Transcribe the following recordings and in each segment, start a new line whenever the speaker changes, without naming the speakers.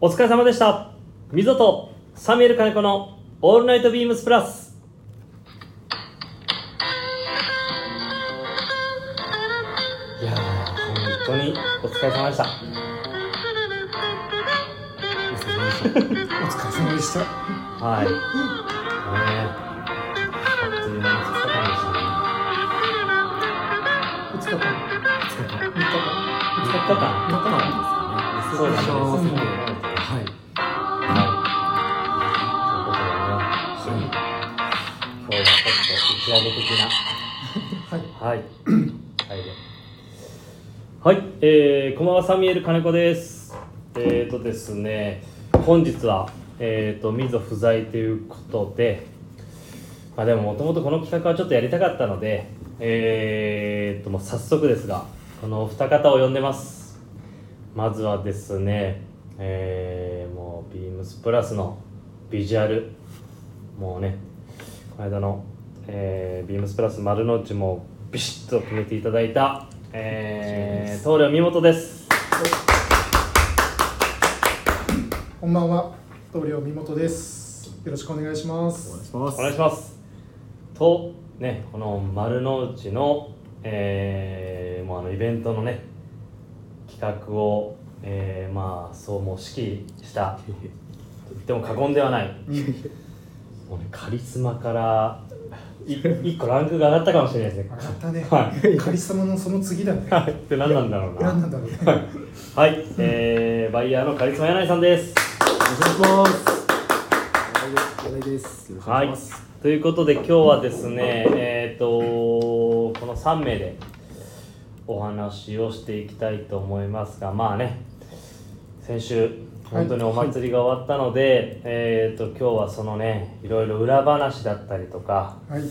お疲れ様でした。みぞとサミュエル金子のオールナイトビームスプラス。いやー、本当にお疲れ様でした。
お疲れ様でした。お疲れ様でした。
はい。ねえ、あっという間の2日間でしたね。
二日間。二日
3
間。三
日間。
日間。
そうなんですよ
そうですね
はい。はい。ということでね、今日はちょっと、打ち上げ的
はい。
な、はい。はい、えー、こんばんは、サミュエル金子です。えーとですね、本日は、えーと、みぞ不在ということで、まあでも、もともとこの企画はちょっとやりたかったので、えーと、もう早速ですが、このお二方を呼んでます。まずはですね、えー、もうビームスプラスのビジュアルもうねこの間の、えー、ビームスプラス丸の内もビシッと決めていただいた、えー、棟梁見事です
こんばんは。同僚みもとです。よろしくお願いします。
しま
お願いしますとねこの丸の内の、えー、もうあのイベントのね企画を、えー、まあそうもう指揮したと言っても過言ではないもうねカリスマからい一個ランクが上がったかもしれないですね
上がったね。
はい
カリスマのその次だね。
はいって何なんだろうな
何なんだろうね。
はい、えー、バイヤーのカリスマ柳井さんです
お願いします。お願いです。
はい
す。
ということで今日はですねえっ、とこの3名でお話をしていきたいと思いますがまあね先週本当にお祭りが終わったので、えっ、と今日はそのねいろいろ裏話だったりとか
はい。
はい。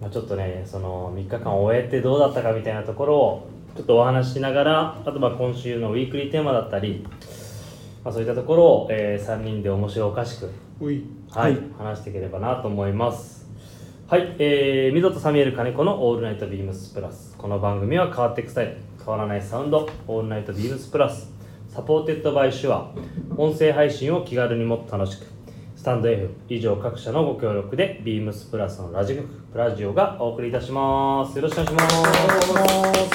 まあ、ちょっとねその3日間終えてどうだったかみたいなところをちょっとお話ししながらあとまあ今週のウィークリーテーマだったり、まあ、そういったところを、え3人で面白おかしく、
おい。
はい
はい
話していければなと思いますはいえー、溝とサミュエル金子の「オールナイトビームスプラス」この番組は変わっていくスタイル変わらないサウンド「オールナイトビームスプラス」サポーテッドバイシュア音声配信を気軽にもっと楽しくスタンド F 以上各社のご協力でビームスプラスのラジオ局プラジオがお送りいたしますよろしくお願いします
お願いし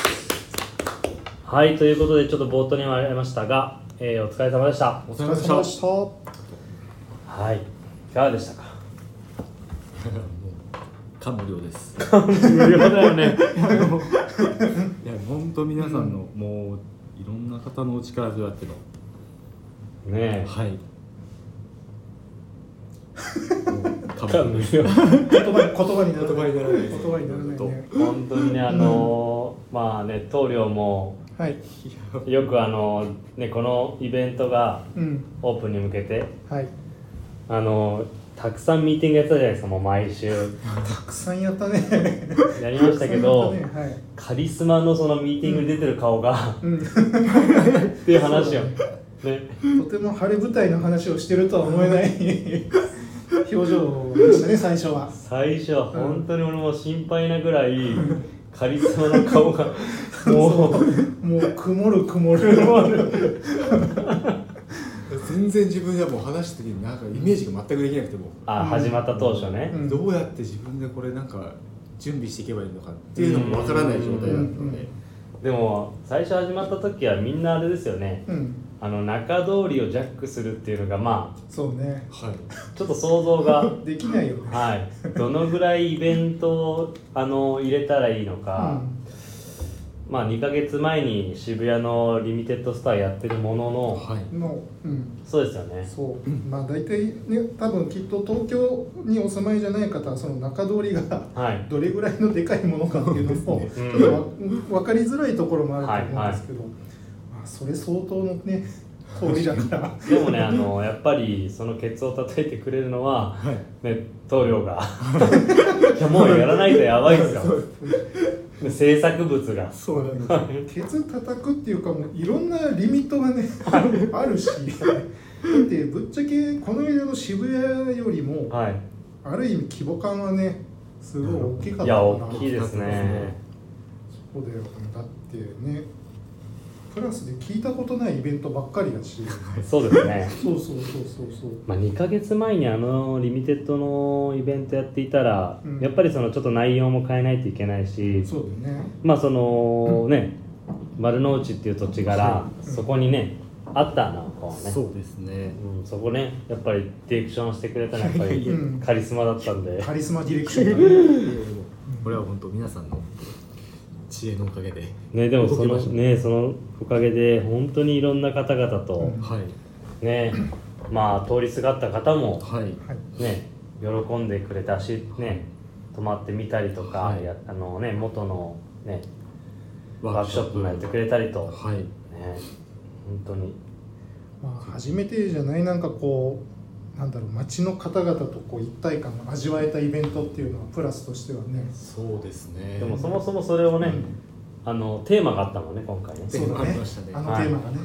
はいということでちょっと冒頭にもありましたが、えーお疲れ様でした
お
ます。お疲れ様でした。
はいいかがでしたか
感無量です。
無料だよね
いや、本当皆さんの、もう、いろんな方のお力そうやっての。
ねえ
はい。
感無量
言葉言葉にならない。
言葉にならない
言葉にならないね。
本当にねあのーまあね棟梁も
はい。
よくあのーねこのイベントが
うん。
オープンに向けて
はい。
あのーたくさんミーティングやってたじゃないですかもう毎週
たくさんやったね。
やりましたけど
たくさんやったね
カリスマのそのミーティングに出てる顔が、
はい。うん。
っていう話をね
とても晴れ舞台の話をしてるとは思 えない表情でしたね最初は
最初は本当に俺も心配なぐらいカリスマの顔がもう
もう曇る曇る曇る
全然自分ではもう話した時になんかイメージが全くできなくても
あ始まった当初ね、
うん
どうやって自分でこれなんか準備していけばいいのかっていうのもわからない状態だったので
でも最初始まった時はみんなあれですよね
うん
あの中通りをジャックするっていうのがまあ
そうね
はい
ちょっと想像 が
できないよね
はいどのぐらいイベントをあの入れたらいいのか、まあ2ヶ月前に渋谷のリミテッドスターやってるものの、
はい
うんもううん
そうですよね
そうまあ大体ね多分きっと東京にお住まいじゃない方はその中通りが
はい
どれぐらいのでかいものかっていうのもち
うん
ょっとわ分かりづらいところもあると思うんですけど、まあ、それ相当のね通りだから
でもねあ のやっぱりそのケツを叩いてくれるのは、ね棟梁 がいやもうやらないとやばいですよで制作物が
そうだね。ケツ叩くっていうかもういろんなリミットがねあるし、だってぶっちゃけこの間の渋谷よりも
はい
ある意味規模感はねすごい大き
い
かったかな。
や大きいですね
そうだよ。だってね、クラスで聞いたことないイベントばっかりだし
そうですね
そうそうそうそうそう
まあ、2ヶ月前にあのリミテッドのイベントやっていたら、
うん
やっぱりそのちょっと内容も変えないといけないし
そうだね
まあそのね丸の内っていう土地柄
そう
そこにねあったなんかはね
そうですね
うん、そこねやっぱりディレクションしてくれたのはやっぱ
いやいやい
り
や
カリスマだったんで
カリスマディレクションだね
これは本当皆さんの知恵のおかげで
ねでもそ
動き
の
ました
ねそのおかげで本当にいろんな方々と
うん
はい
ねまあ通りすがった方も
はい
はい
ね喜んでくれたしね泊まってみたりとか、
はい
やあのね元のねワー
ワー
ク
ク
シ
シ
ョ
ョ
ッ
ッ
プ
プ
もやってくれたりと、ね
はい
本当に
まあ、初めてじゃないなんかこうなんだろう街の方々とこう一体感を味わえたイベントっていうのはプラスとしてはね
そうですね
でもそもそもそれをね、
うん
あのテーマがあったもんね今回ね
テーマありましたね
あのテーマがね、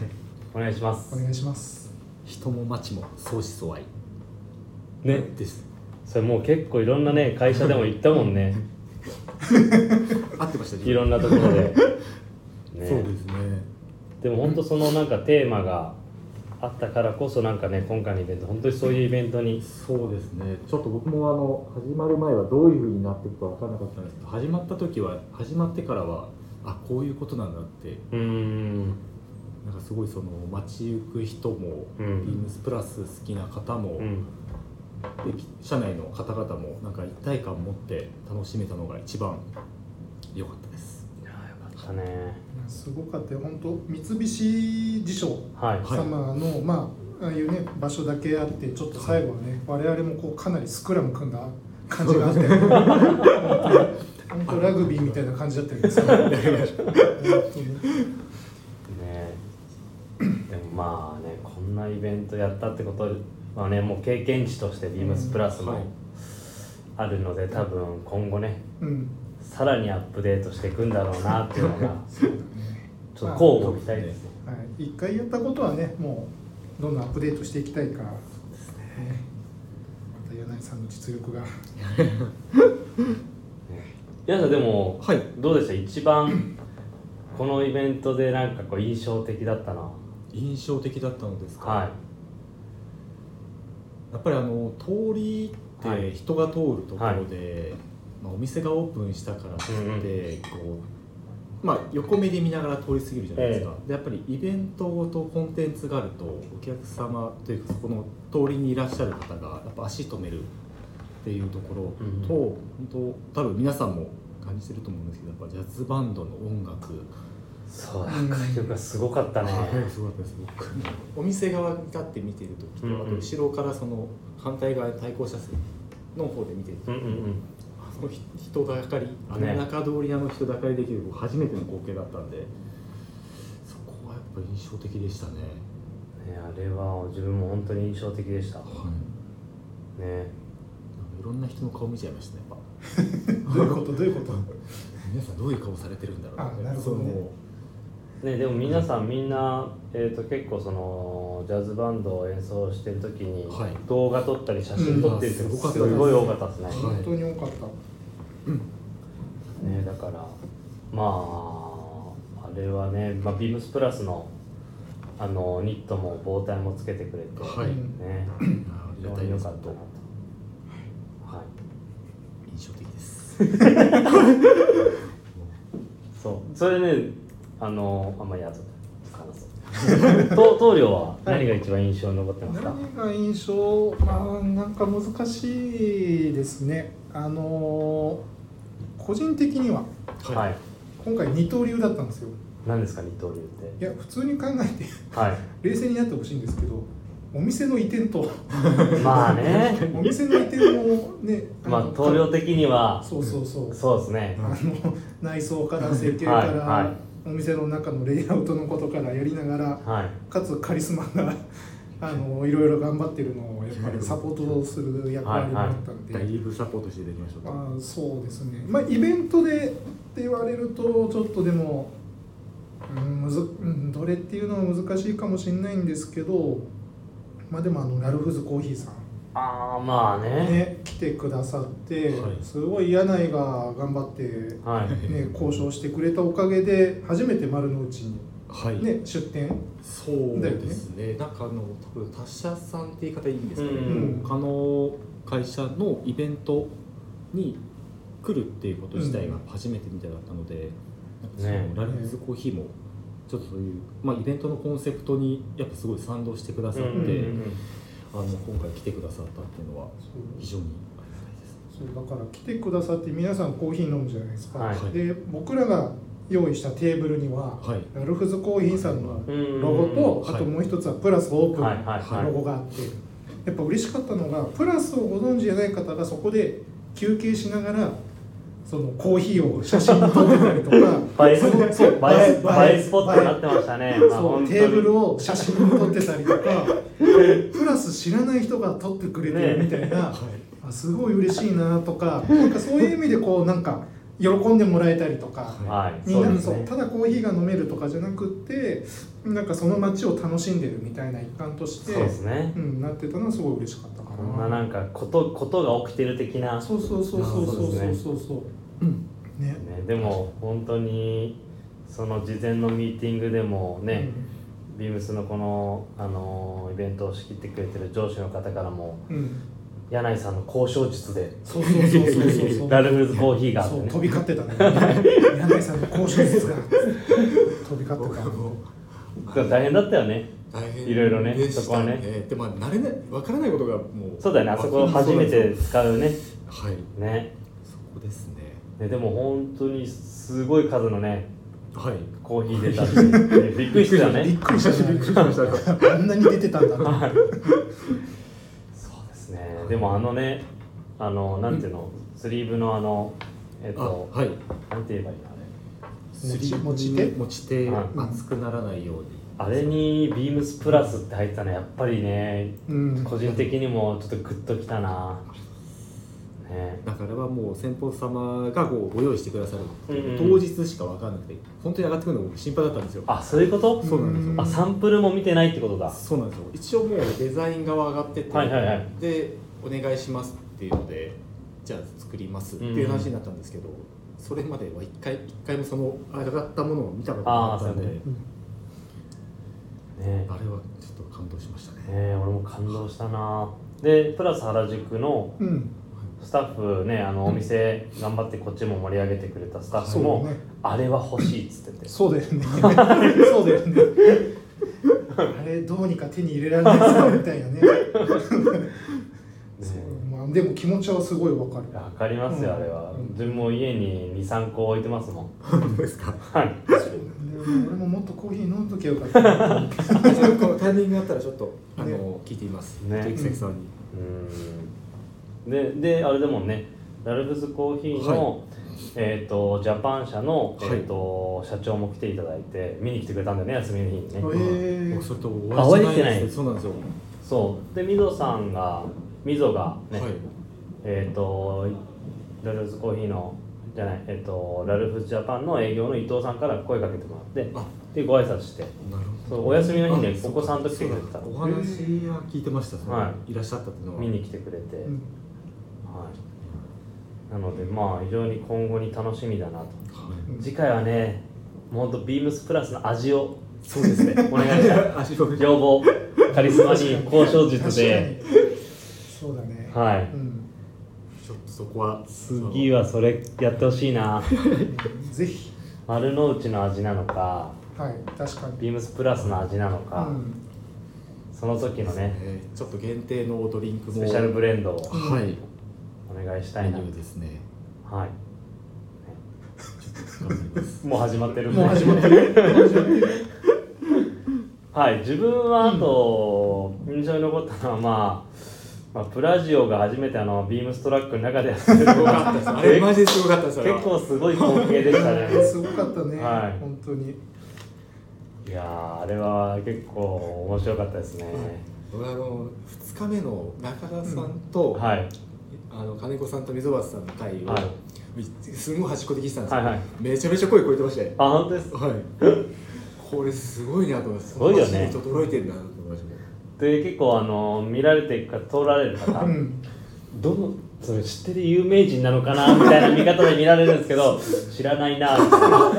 お願いします
お願いします
人も町も相思相愛
ね
です
それもう結構いろんなね会社でも行ったもんね
合ってました
いろんなところで、ね、
そうですね
でも本当そのなんかテーマがあったからこそなんかね今回のイベント本当にそういうイベントに
そうですねちょっと僕もあの始まる前はどういうふうになっていくか分からなかったんですけど始まった時は始まってからはあこういうことなんだって
うーん
なんかすごいその街行く人も、
う
ビー
ん
ムスプラス好きな方も、
うん
で社内の方々もなんか一体感を持って楽しめたのが一番良かったです
いやーよかったね
すごかったよ本当三菱地所
はい
様の、まあああいうね場所だけあってちょっと最後はね、我々もこうかなりスクラム組んだ感じがあって、本当ラグビーみたいな感じだったけどさ本当に
ねでもまあねこんなイベントやったってことはねもう経験値としてビームスプラス
は
も
い
あるので多分今後ね
うん
さらにアップデートしていくんだろうなっていうのが
そうだね
ちょっと交互期待ですね
はい、一回やったことはねもうどんどんアップデートしていきたいから、ね、また柳井さんの実力 が
皆さんでも、
はい
どうでした一番このイベントでなんかこう印象的だったの
印象的だったのですか、
は
やっぱりあの通りっ
はい
て人が通るところで、まあ、お店がオープンしたからって、
うんうん
こうまあ、横目で見ながら通り過ぎるじゃないですか、でやっぱりイベントごとコンテンツがあるとお客様というかそこの通りにいらっしゃる方がやっぱ足止めるっていうところと、
う
本当多分皆さんも感じてると思うんですけどやっぱジャズバンドの音楽
いそうだ迫力がすごかったね
すごかったです僕お店側に立って見てるときと、
うんうん
あと後ろからその反対側に対向車線の方で見てる
う
と、
んうん
あのひ人だかりあの中通りあの人だかりできる僕初めての光景だったんでそこはやっぱ印象的でしたね、
うんねあれは自分も本当に印象的でした
い、
ね
いろんな人の顔見ちゃいましたねやっぱ
どういうことどういうこと
皆さんどういう顔されてるんだろう
あなるほどね
ね、でも皆さんみんな、えー、と結構そのジャズバンドを演奏してる時に
はい
動画撮ったり写真撮ってるって
うん
すごい多かったですね,、
はい
本当に多かった、
ねだからまああれはね、まあ、ビームスプラスのあのニットも帽体もつけてくれて、
はい
ね、
そのああり
非
が
常
たい
に良
です
かったなと、はい、
印象的です
そうそれねあのあんまり後で話そう と棟梁は何が一番印象に残ってますか、
何が印象まあなんか難しいですねあのー個人的には
はい、
今回二刀流だったんですよ
何ですか二刀流って
いや普通に考えて
はい
冷静になってほしいんですけどお店の移転と
まあね、
お店の移転もね
まあ
の
棟梁的には
そうそうそう
そうですね
あ。の内装から設計から、
はいは
お店の中のレイアウトのことからやりながら
はい。
かつカリスマがあのいろいろ頑張ってるのをやっぱりサポートする役割もあったんで、
だいぶサポートしていただきました
まあ、そうですねまあイベントでって言われるとちょっとでも、うん、むずうんどれっていうのは難しいかもしれないんですけどまあでもあのラルフズコーヒーさん
ああまあね。
ね来てくださって、
はい
すごい柳井が頑張って
はい。
ね、交渉してくれたおかげで初めて丸の内に
はい
ね、出店
そうですねなんかあの多分他社さんって言い方いいんですけど、
うん
他の会社のイベントに来るっていうこと自体が初めてみたいだったので、なん
ね
かそのラルフズコーヒーもちょっとそういう、まあ、イベントのコンセプトにやっぱすごい賛同してくださって、
うんうん
あの今回来てくださったっていうのは非常にありがたいです。
そうだから来てくださって皆さんコーヒー飲むじゃないですか、
はい
で僕らが用意したテーブルには、
はい
ラルフズコーヒーさんの
うん
ロゴと
うん
あともう一つはプラスオープン
はいはいはい
のロゴがあってやっぱ嬉しかったのがプラスをご存知じゃない方がそこで休憩しながらそのコーヒーを写真に撮ってたりとか
映え
そ
ス
のそう
ポ映えスポットにな
映
っ
え
てましたね。まあ
そう
本当に
テーブルを写真に撮ってたりと かプラス知らない人が撮ってくれてるみたいな、あすごい嬉しいなとかなんかそういう意味でこうなんか喜んでもらえたりとか。
はい。
みんな
そう
の
です
そう
ね。
ただコーヒーが飲めるとかじゃなくってなんかその街を楽しんでるみたいな一環として
そうですね。
うん、なってたのはすごい嬉しかったか
こんな
な。
なんかことことが起きてる的な。
そうそうそうそうそうそうそうそう。ね。
ね、でも本当にその事前のミーティングでもね、ビームスのこのあのーイベントを仕切ってくれてる上司の方からも
うん。うん。
柳井さんの交渉術で
そうそうそうそうそう そう。
ラルフルズコーヒーがあって
そう
ね
飛び交ってたね。柳井さんの交渉術が飛び交ってた。
僕が大変だったよね。
大変
いろいろね
でした
そこはね
でまあ慣れない分からないことがもう
そうだよね、あそこ初めて使うね。
はい
ね。
そこですね
ねでも本当にすごい数のね、
はい
コーヒー出たって、 ねびっくりしたよ
び
ね
っ。くりしたね。びっくりしま した。あんなに出てたんだと。
そうですね。でもあのね、あの、なんていうの、スリーブのあの、えっ
あ
と、
はい
なんて言えばいいの
持ち持ち手
持ち手
はい
熱くならないように、
あれ。あれにビームスプラスって入ってたのやっぱりね、
うん。
個人的にもちょっとグッときたな。ね。
だからはもう先方様がこうご用意してくださるので、
うんうん
当日しか分からなくて本当に上がってくるのが僕心配だったんですよ
あ、そういうこと
そうなんですよ
あ、サンプルも見てないってことだ。
そうなんですよ一応もうデザイン側上がってて、
はいはいはい
でお願いしますっていうのでじゃあ作りますっていう話になったんですけど、それまでは一回一回もその上がったものを見たことがなかったんで
あーそうね。
あれはちょっと感動しましたね
ね、俺も感動したなでプラス原宿の
うん。
スタッフねあのお店頑張ってこっちも盛り上げてくれたスタッフ
そ
も、
うね。
あれは欲しいっつってて
そうだよね。そうだよね。あれどうにか手に入れられないですかみたいなね。そうまあでも気持ちはすごいわかる。
わかりますよ、
うん
あれは
うん
自分も家に23個置いてますもん
本当ですか
はい
俺ももっとコーヒー飲んどきゃよかった。
このタイミングがあったらちょっとあの、
ね
聞いてみます
ね
ね関さんに、
うんでであれでもんねラルフズコーヒーの、えー、とジャパン社の、
はい
えー、と社長も来ていただいて見に来てくれたんだよね休みの日にね
へー
僕それとお
あお会いできて
て
ない
そうなんですよ、
そうで溝さんが溝がね、
はい
えっ、とラルフズコーヒーのじゃないえっ、とラルフズジャパンの営業の伊藤さんから声かけてもらって
あ
でご挨拶して
なるほ
そ
ど
うお休みの日ね
あ
お子さんと来てくれて
そ
た
うだお話は聞いてました、その、
はい
らっしゃったっていうのは
見に来てくれて、
うん
はいなのでまあ非常に今後に楽しみだなと
はい
次回はねもうほんとビームスプラスの味を
そうですね
お願い したい
足を振り
要望カリスマに交渉術で
確かに。そうだね。
はい
うん。
ちょっとそこは
次はそれやってほしいな
ぜひ。
丸の内の味なのか
はい。確かに。
ビームスプラスの味なのか、
うん。
その時のね
えーちょっと限定のドリンクも
スペシャルブレンドを
はい
お願いした
メ
い
ニ
な
ューですね
はい
頑張ります
もう始まってるんで
もう始まってる。もう始まってる。
はい自分はあと印象に残ったのはまあ、まあ、プラジオが初めてあのビームストラックの中でやって る
すごかったです あれマジですごかったですあれは
結構すごい光景でしたね
すごかったね。
はい
本当に。
いやーあれは結構面白かったですね
僕あの2日目の中田さんと、
はい
あの金子さんと溝端さんの会を、
はい
すごい端っこで聞いてたんですよ、
はいはい
めちゃめちゃ声超えてましたよ
あ本当です
はいこれすごいなと思います
すごいよね
届いてるなと思いました
で結構あの見られていくか通られる方
うん。
どのそれ知ってる有名人なのかなみたいな見方で 見られるんですけど知らないなみたいな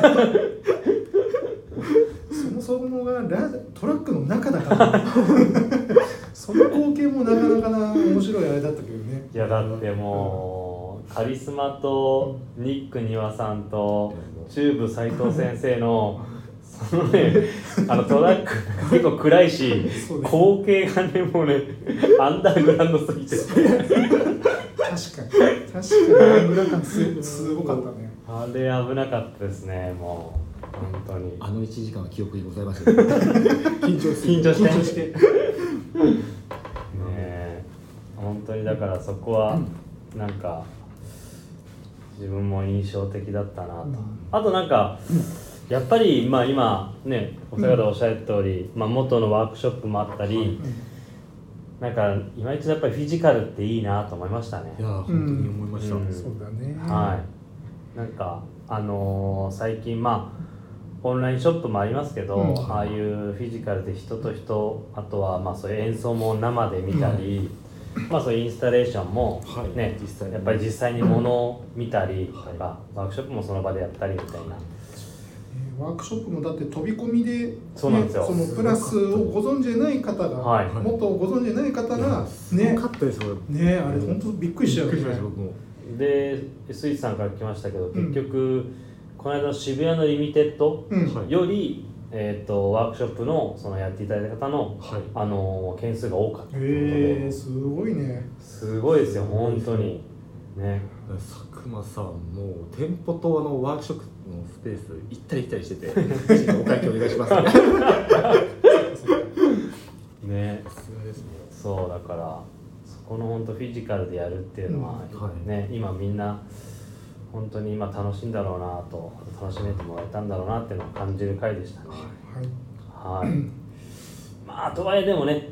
そもそそのがラトラックの中だから その光景もなかなかな面白いあれだったけどね
いやだってもうカリスマとニック丹羽さんとチューブ斎藤先生のそのねあのトラック結構暗いし
そうです
光景がねもうねアンダーグラウンドすぎて
確かに確かにアングラ感すすごかったね
あれ危なかったですねもう本当に
あの1時間は記憶にございま せん緊張する
緊張して
緊張して
ねえ本当にだからそこはなんか自分も印象的だったなと、
うん
あとなんかやっぱりまあ今ねお二方おっしゃった通り、まあ元のワークショップもあったり、なんか今一度やっぱりフィジカルっていいなと思いましたね
いやー本当に思いました、
うん
そうだね
はいなんかあのー最近まあオンラインショップもありますけど、
うん
ああいうフィジカルで人と人あとはまあそういう演奏も生で見たり、まあそういうインスタレーションも
はい
ね、
実際に
やっぱり実際にものを見たりとか、
はい
ワークショップもその場でやったりみたいな、
えーワークショップもだって飛び込みで、ね、
そうなんですよ
そのプラスをご存知でない方が、
はい
もっとご存知でない方が
ね
ね
かったです俺びっ
ねあれ本当びっくりしちゃうよ
くりしま
ね
した僕も
でスイーツさんから来ましたけど
ん
結局、この間の渋谷のリミテッド
うん
はい
より、えー、とワークショップのそのやっていただいた方の、
はい
あのー件数が多かったということで
へえすごいね
すごいですよ本当にね
佐久間さんも店舗とあのワークショップのスペース行ったり来たりして てお会計お願いしますみたいなさ
ね
すがですね
そうだからそこの本当フィジカルでやるっていうのは、
うんはい
ね今みんな本当に今楽しいんだろうなと楽しめてもらえたんだろうなっていうのを感じる回でしたね
はい
はい、まあとはいえでもね、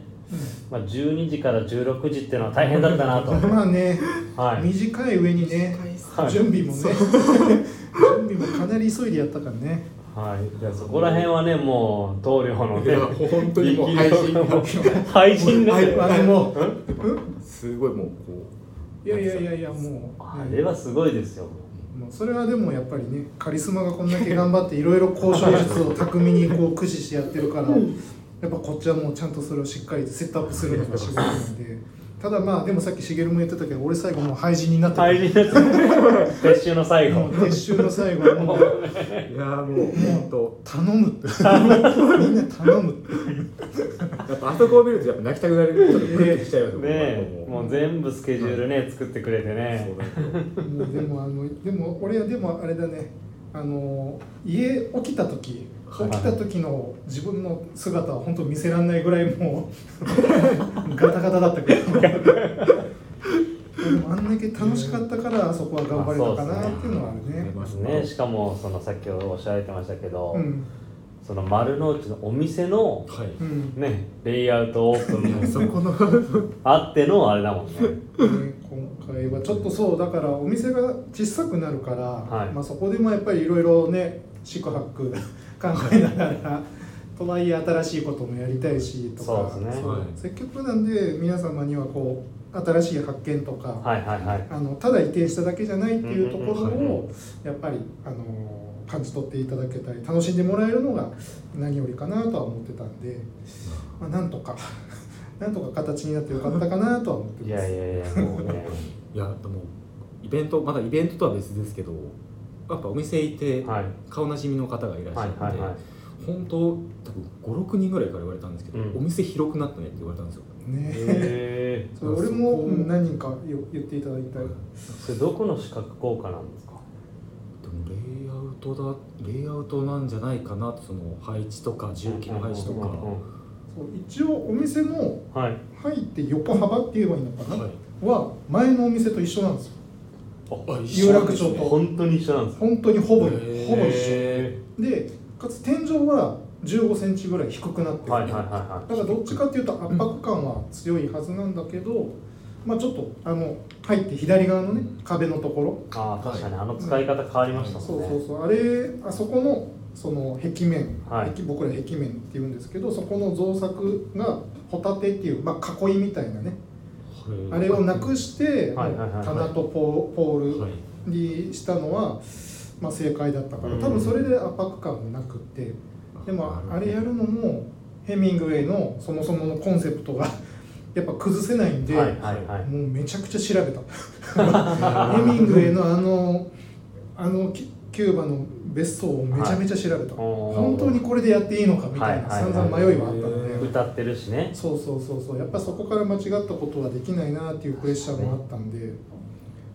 まあ、12時から16時っていうのは大変だったな と
まあね、
はい
短い上にね
はい
準備もね準備もかなり急いでやったからね
はい、じゃあそこら辺はねもう棟梁のね
いや本当にもう
力量がもう配信で
あ
す
れ
よ
あれもう
すごいもうこ
いやいやいやいやもう、
あれはすごいですよ
もうそれはでもやっぱりねカリスマがこんだけ頑張っていろいろ交渉術を巧みにこう駆使してやってるからやっぱこっちはもうちゃんとそれをしっかりセットアップするのが仕事なんでただまあでもさっきしげるも言ってたけど俺最後もう廃人になってた
配信です撤収の最後
もう撤収の最後はもう
ういやーもう本当
頼むってみんな頼むって
やっぱあそこを見るとやっぱ泣きたくなるちょっとクッてきちゃいます
ねえもう全部スケジュールね、作ってくれてね
そうなんで
もうで
すよ
もあのでも俺はでもあれだねあの家起きた時起きた時の自分の姿は本当見せられないぐらいも うガタガタだったけどでもあんだけ楽しかったからあそこは頑張れたかなっていうのはあるね。
ます
ねしかもそのさっきおっしゃられてましたけど、
うん
その丸の内のお店の
はい
うん
ねレイアウトオープ ン
そ
も
この
あってのあれだもんね
ね今回はちょっとそうだからお店が小さくなるから、
はい
まあ、そこでもやっぱりいろいろね四苦八苦考えながらとはいえ新しいこともやりたいしとか
そうですね
はい
せっかくなんで皆様にはこう新しい発見とか、
はいはいはい
あのただ移転しただけじゃないっていうところ
うんうんうん
をやっぱりあの感じ取っていただけたり楽しんでもらえるのが何よりかなとは思ってたんで、まあ、なんとか なんとか形になってよかったかなとは思ってま
いや
す。
いやいやもうね
いやでもイベントまだイベントとは別ですけどやっぱお店行って
はい
顔なじみの方がいらっしゃ
は
っ
い
て、
はいはい
本当多分56人ぐらいから言われたんですけど、
うん
お店広くなったねって言われたんですよ
ね
へえ
それ俺
そ
も
こ
うん何人かよ言っていただいた
でも
それどこの資格効果なんですか
レイアウトだレイアウトなんじゃないかなとその配置とか重機の配置とか、
うんうん
そう一応お店の
うんはい
入って横幅って言えばいいのかな、
はい
は前のお店と一緒なんですよ
あ
有楽町と
本当に一緒なんですか
本当にほぼほぼ
へ
一
ー
緒でかつ天井は1 5ンチぐらい低くなってる、
はいはいはいは
だからどっちかっていうと圧迫感は強いはずなんだけど、まあちょっとあの入って左側のね壁のところ
いああ確かにあの使い方変わりました
そ
もん
う
ね
そうそうあれあそこのその壁面、
はい
壁僕ら壁面って言うんですけどそこの造作がホタテっていう、まあ、囲いみたいなねあれをなくして、
はいはいはいはい
棚とポーポー
はい
ルにしたのは、まあ、正解だったから多分それで圧迫感もなくてでもあれやるのもヘミングウェイのそもそものコンセプトが やっぱ崩せないんで、
はいはいはい
もうめちゃくちゃ調べたヘミングウェイのあのあのキキューバの別荘をめちゃめちゃ調べた、
おー
本当にこれでやっていいのかみたいな、
はいはいはい
散々迷いはあったので、
歌ってるしね
そうそうそうそうやっぱそこから間違ったことはできないなっていうプレッシャーもあったんで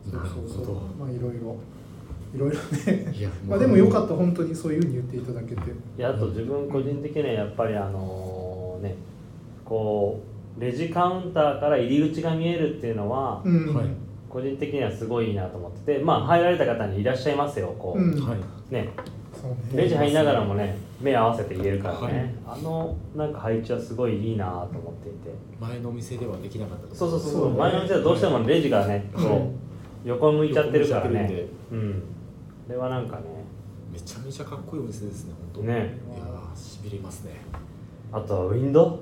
そうそうそうまあいろいろいろいろね
いや
まあでもよかった本当にそういうふうに言っていただけて
であと自分個人的にはやっぱりあのねこうレジカウンターから入り口が見えるっていうのは、
うん、
はい
個人的にはすごいいいなと思っててまあ入られた方に「いらっしゃいますよ」こう、
うん
はい
ね
そう
レ
ね
ジ入りながらもね目合わせて言えるからね、あのなんか配置はすごいいいなと思っていて
前のお店ではできなかったと
そうそうそう
そうね
前の店はどうしてもレジがね、
う
こ
ん
う横向いちゃってるから
横向いちゃって
ね
るん
うんそれはなんかね
めちゃめちゃかっこいいお店ですね本当
ね
いやーしびれますね
あとはウィンド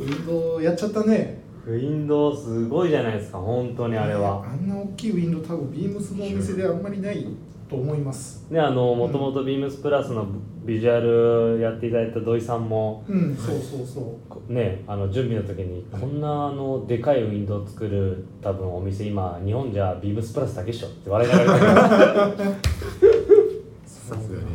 運動やっちゃったね
ウウィンドウすごいじゃないですか本当にあれは
あんな大きいウィンドウ多分ビームスのお店であんまりないと思います
ねあのもともとビームスプラスのビジュアルやっていただいた土井さんも
うんそうそうそ
こねあの準備の時にこんなあのでかいウィンドウ作る多分お店今日本じゃビームスプラスだけっしょって笑いながら言ってた
さすがです
う、ね、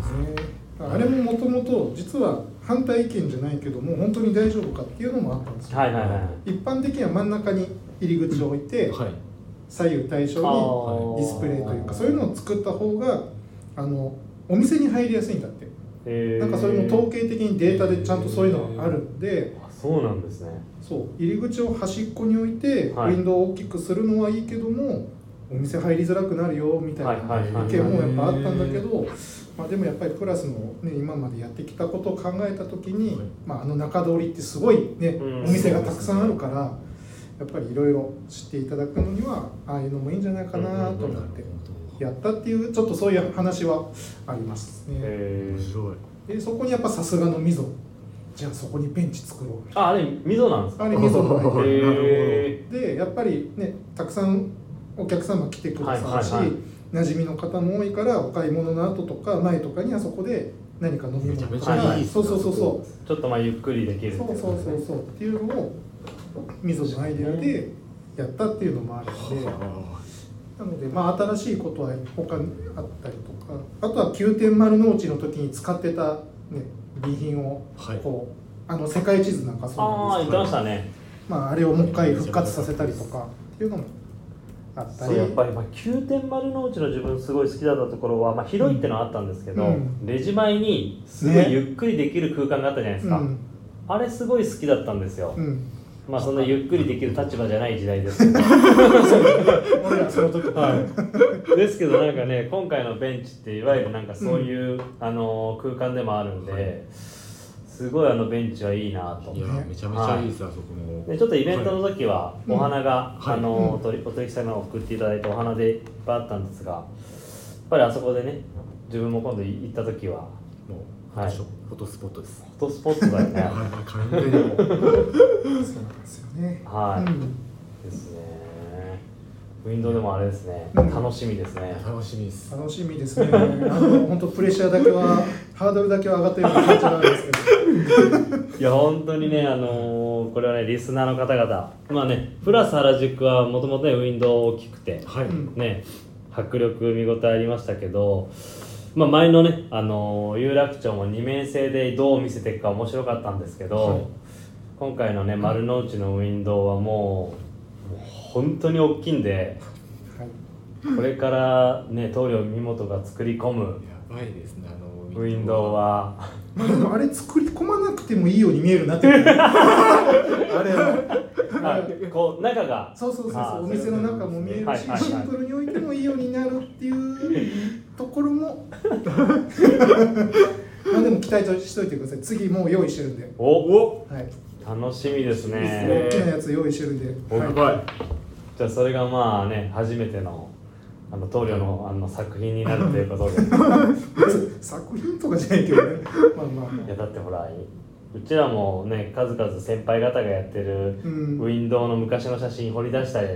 あれももともと実は反対意見じゃないけども本当に大丈夫かっていうのもあったんです よ
はいはいはいはい
一般的には真ん中に入り口を置いて、
はい
左右対称に
あー
ディスプレイというかそういうのを作った方があのお店に入りやすいんだって
へー
なんかそれも統計的にデータでちゃんとそういうのがあるんで
あそうなんですね
そう入り口を端っこに置いてウ
はい
ィンドウを大きくするのはいいけどもお店入りづらくなるよみたいな
はいはいはいはい
意見もやっぱあったんだけどまあでもやっぱりプラスのね今までやってきたことを考えた時に
はい
まああの中通りってすごいね
うん
お店がたくさんあるからやっぱりいろいろ知っていただくのにはああいうのもいいんじゃないかなと思ってやったっていうちょっとそういう話はありますね
へ
面
ー
白い
でそこにやっぱさすがの溝じゃあそこにベンチ作ろう
ああれ溝なんですか
あれ溝の
なるほど
前
へ
でやっぱりねたくさんお客様来てくださるし、
はいはいはい
馴染みの方も多いからお買い物の後とか前とかにあそこで何か飲み物
め
と
ち
ゃめちゃ
か
いい
っす
そ
ね
うそうそうそう
ーちょっとまあゆっくりできるってい
そう
うこ
そう
と
そう
ですね
そうっていうのを溝のアイデアでやったっていうのもあるので。なので、まあ、新しいことは他にあったりとかあとは9.0農地の時に使ってた、ね、備品を
はい
こう、あの世界地図なんかそう
ああ
なん
言
で
ってま
すけど
し
あ,、
たね
まあ、あれをもう一回復活させたりとかっていうのもあった
そ
り
うやっぱり、まあ、9.0のうちの自分すごい好きだったところは、まあ、広いってのはあったんですけど、
うん
レジ前にすごい
ね
ゆっくりできる空間があったじゃないですか、
うん
あれすごい好きだったんですよ、
うん、
まあそんなゆっくりできる立場じゃない時代 ですけど、
俺らその時
はい、ですけどなんかね今回のベンチっていわゆるなんかそういう、あの空間でもあるんで、すごいあのベンチはいいなと
いやーめちゃめちゃいいですあそこも
でちょっとイベントの時はお花が、
はい
あの
うん
取りお取引先の送っていただいたお花でいっぱいあったんですがやっぱりあそこでね自分も今度行った時は
もうフ
は
ォ
い
トショフォトスポットですね
フォトスポットだよね
はいはい完全にもう
そうなんですよね、
はい、
うん
ですねウィンドウでもあれですね、
うん
楽しみですね
楽しみです
楽しみですねあの本当プレッシャーだけはハードルだけは上がったような感じなんですけど
いや本当にねあのーこれはねリスナーの方々まあねプラス原宿はもともとねウィンドウ大きくて
はい
うん
ね迫力見応えありましたけど、まあ、前のね、あのー有楽町も2面制でどう見せていくか面白かったんですけど、
はい
今回のね丸の内のウィンドウはもうもう本当に大きいんで
はい
これからね棟梁見元が作り込む
やばいですねあの
ウィンドウは
まあ、でもあれ作り込まなくてもいいように見えるなって思うあれは
あこう中が
そうそうそう
あ
そ
ー
うお店の中も見えるし、
はいはいはい
シン プルに置いてもいいようになるっていうところも まあでも期待としといてください次もう用意してるんで、
おお
はい
楽しみですね
大きなやつ用意してるんで、
お
はい
やばいじゃあそれがまあね初めてのあの棟梁のあの作品になるということで
作品とかじゃないけどねまあまあま
いやだってほらうちらもね数々先輩方がやってるウ
うん
ィンドウの昔の写真掘り出したり、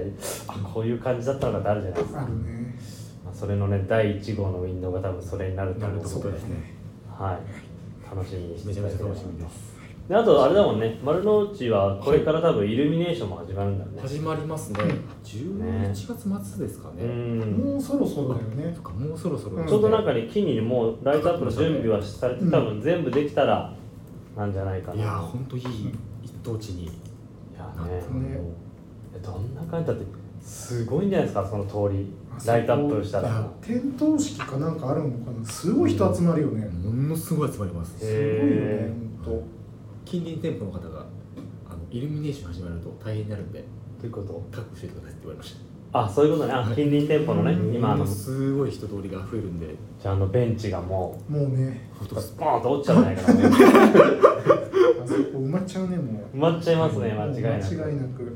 あこういう感じだったのかってあるじゃないですか、
ああるね
まあ、それのね第1号のウィンドウが多分それになると
な
思う
る
の
と
で
ことですね
はい楽しみにして
めちゃめちゃ楽し
いただければ
みです
であとあれだもんね丸の内はこれから多分イルミネーションも始まるんだよね、
始まりますね11月末ですか
う
ね
ん
もうそろそろだよね
とかもうそろそろ
うん
ちょうどなんかね木にもうライトアップの準備はされて
うん
多分全部できたらなんじゃないかない
いやーほんといい一等地に
や
な
ね
ったの
ね
を
どんな感じだってすごいんじゃないですかその通り
あ
ライトアップした
いや
ら
点灯式かなんかあるのかなすごい人集まるよね、
ものすごい集まります
へ
すごいよ
へ
ね
はい
本
近隣店舗の方があのイルミネーション始まると大変になるんで
ということ
覚悟してくださいって言われました
あそういうことねあ近隣店舗のね
うん
今あ
も
の
のすごい人通りが増えるんで
じゃああのベンチがも
当もうね
うスポーンと落ちちゃうんじゃないかな埋
あそこ埋まっちゃうねもう
まっちゃいますね間違いなく
間違いなく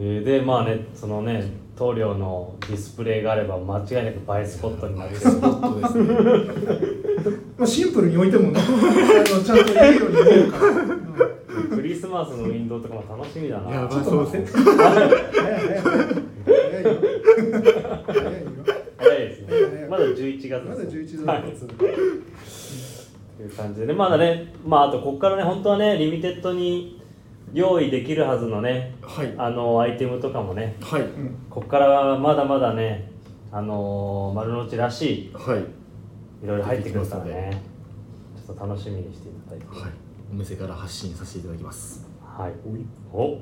えーでまあねそのね棟梁のディスプレイがあれば間違いなく映えスポットになる
スポットですね
まあ、シンプルに置いてもね あのちゃんといいように見えるから、うん
クリスマスのウィンドウとかも楽しみだな
やば
ちょっと待って。早い早い早いよ。早いよ。
早 いですね
ね
まだ11月です
まだ11時
はいという感じでねまだねまああとここからね本当はねリミテッドに用意できるはずのね
はい
あのアイテムとかもね
はい
うん。
ここからまだまだねあのー丸の内らしい
はいはい
いろいろ入ってくるから
できま
ねちょっと楽しみにしていただいて
お店から発信させていただきます
はいお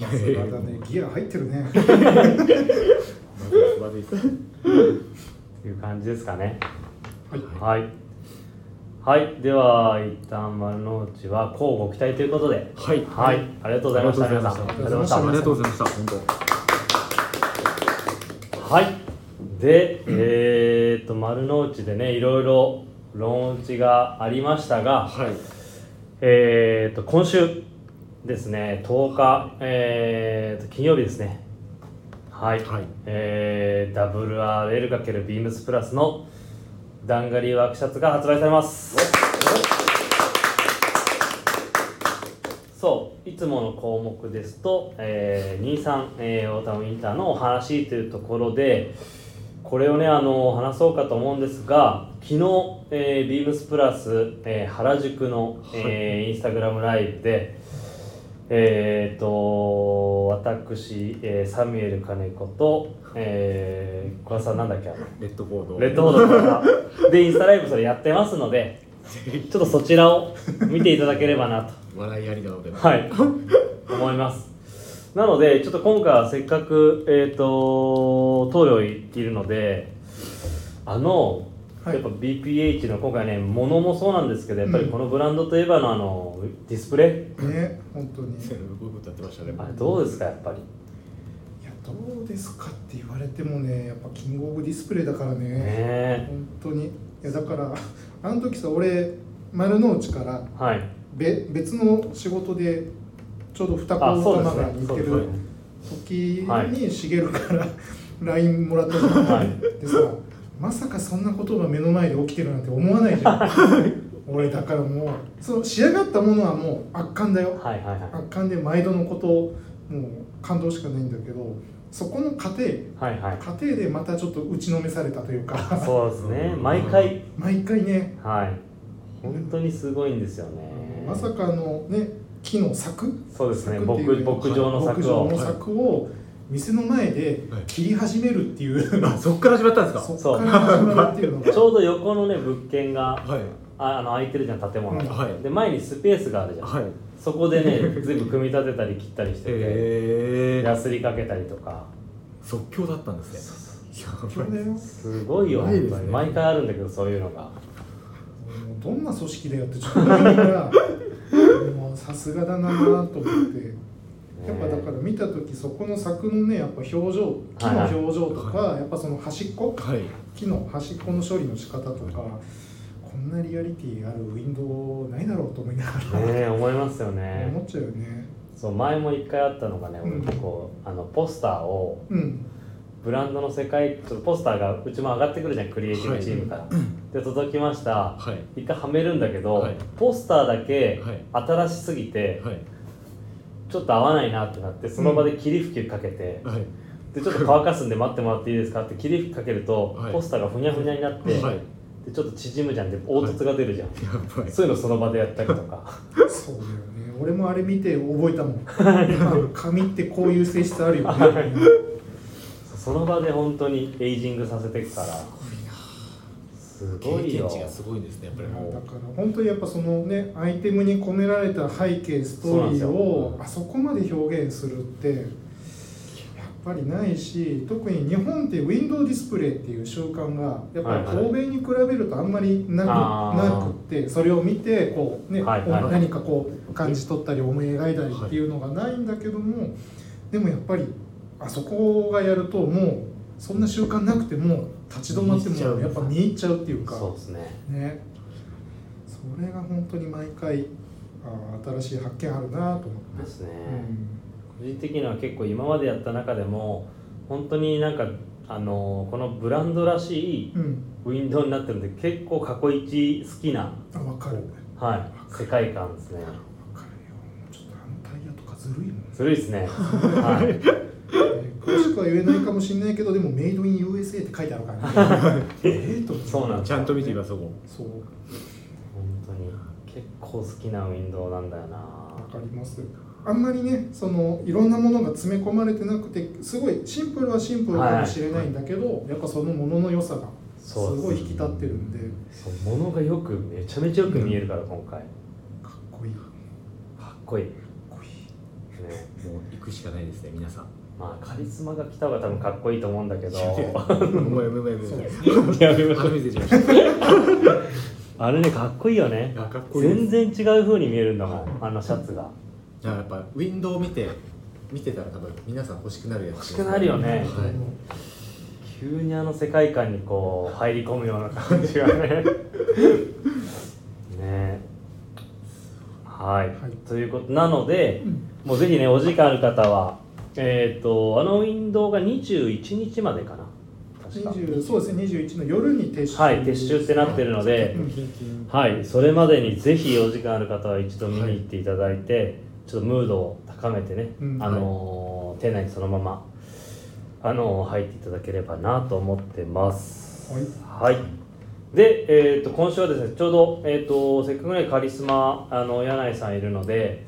さすがだね。ギア入ってる ね。
悪いです悪いです
という感じですかね
はい
はい、はい、では一旦丸の内は乞うご期待ということで
はい
はい、ありがとうございました皆さんありがとうございました
ありがとうございました本当
はい。で、えーっと、丸の内でね、いろいろローンチがありましたが、
はい
えーっと、今週ですね、10日、えーっと、金曜日ですね。はい。
はい
えー、WRL× ビームスプラスのダンガリーワークシャツが発売されます。そういつもの項目ですと、えー、23、えー、オータムインターのお話というところでこれをねあの話そうかと思うんですが昨日、えー、ビームスプラス、えー原宿の、えーインスタグラムライブでえー、と私、えーサミュエル金子と、えー、小林さんなんだっけあの
レッドボード
レッドボードからでインスタライブそれやってますのでちょっとそちらを見ていただければなと
笑いありなのでは
はい思いますなのでちょっと今回はせっかくえっ、と棟梁行っているのであの、
はい
やっぱ BPH の今回ね物もそうなんですけどやっぱりこのブランドといえばのあのディスプレイ
ね、本当に。い
そういうことやってましたね
あれどうですかやっぱり
や、どうですかって言われてもね、やっぱキングオブディスプレイだから
ね
ね。
え
本当に。いや、だから、あの時さ、俺、丸の内から、
はい
べ、別の仕事で。ちょうど二子
あそ
玉
う
川
で
に
すねそうで
行って
す
る
ね
時
はい
にしげるから LINE もらったじゃん、
はい
でさまさかそんなことが目の前で起きてるなんて思わないじゃん 俺だからもうその仕上がったものはもう圧巻だよ
はいはいは
圧巻で毎度のこともう感動しかないんだけどそこの過程
いはいはい
過程でまたちょっと打ちのめされたというか
そうですね毎回
毎回ね
はい本当にすごいんですよね
まさかあのね木の柵
そうですね
柵って
牧
いうね
牧場の柵
牧場
を
の柵を店の前で切り始めるっていう、
あそっから始まったんですか
そこから始まるっていうのが
ちょうど横のね物件が
はい
ああの空いてるじゃん建物が、
はい
で前にスペースがあるじゃん、
はい
そこで ね全部組み立てたり切ったりしてて、
え
やすりかけたりとか
即興だったんですね
そうだよ
すごいよ
ないですね
本当に毎回あるんだけどそういうのが
もうどんな組織だよってちょっと思いながらもうさすがだなと思ってやっぱだから見た時そこの作のねやっぱ表情木の表情とか、
は
やっぱその端っこ
はい
木の端っこの処理の仕方とかこんなリアリティあるウィンドウないだろうと思いながら、
ねえ思いますよね
思っちゃうよね
そう前も一回あったのがね俺
うん
結構あのポスターを
うん
ブランドの世界ちょっとポスターがうちも上がってくるじゃんクリエイティブチームから、で届きました
はい
一回はめるんだけど、
はい
ポスターだけ
はい
新しすぎて、
はい
ちょっと合わないなってなってその場で霧吹きかけて、
はい
でちょっと乾かすんで待ってもらっていいですかって霧吹きかけると、
はい
ポスターがふにゃふにゃになって、
はい
でちょっと縮むじゃんで凹凸が出るじゃん、
ばい
そういうのその場でやったりとか
そうだよね俺もあれ見て覚えたもんあ紙ってこういう性質あるよね
その場で本当にエイジングさせていくからすご
経
い
験
よ
値がすごいですねやっぱり
だ
も
から本当にやっぱそのねアイテムに込められた背景ストーリーをあそこまで表現するってやっぱりないし特に日本ってウィンドウディスプレイっていう習慣がやっぱ
はいは
り
い
欧米に比べるとあんまりなく,、
あー
なくってそれを見てこう、ね
はいはい
何かこう感じ取ったり思い描いたりっていうのがないんだけども、でもやっぱりあそこがやるともうそんな習慣なくても立ち止まって
見入っちゃう
もやっぱ見入っちゃうっていうか。
そうですね
ねそれが本当に毎回あー新しい発見あるなと思って、
ですね、
うん
個人的には結構今までやった中でも本当になんかあのこのブランドらしい
うん、
ウィンドウになってるんで結構過去一好きな、
あ分かる分
はい、世界観ですね
かるよもうちょっとあのタイヤとかずるい もん、ね
ずるいですね、は
詳しくは言えないかもしれないけどでもメイドイン USA って書いてあるから ねええと思っ
い、
て
そうなん
う
です
ちゃんと見てみますそこ
そう
本当に結構好きなウィンドウなんだよな
分かりますあんまりねそのいろんなものが詰め込まれてなくてすごいシンプルはシンプルかもしれないんだけど、やっぱそのものの良さがす
そう
ごい引き立ってるんで
そう物がよくめちゃめちゃよく見えるから今回
かっこいいか
かっこいい、ね、
っこいい
もう行くしかないですね皆さん
まあカリスマが来た方が多分かっこいいと思うんだけど
お前お前お前
そうです
やめましょ
初
う
めて知りました
あれねかっこいいよね
あかっこいい
全然違う風に見えるんだもんあのシャツが
だからやっぱウィンドウを見て見てたら多分皆さん欲しくなるやつ
欲しくなるよね
はい
急にあの世界観にこう入り込むような感じが ねねはい、
はい
ということなので
うん
もうぜひねお時間ある方はえっ、とあのウィンドウが21日までかな確か
20そうですね21の夜に撤収
はい撤収ってなってるので、
うん
はい、それまでにぜひお時間ある方は一度見に行っていただいて、ちょっとムードを高めてね、
うん
あのー店内にそのまま、あのー入っていただければなと思ってます。はい、で、えー、と今週はですねちょうど、えー、とせっかくねカリスマあの柳井さんいるので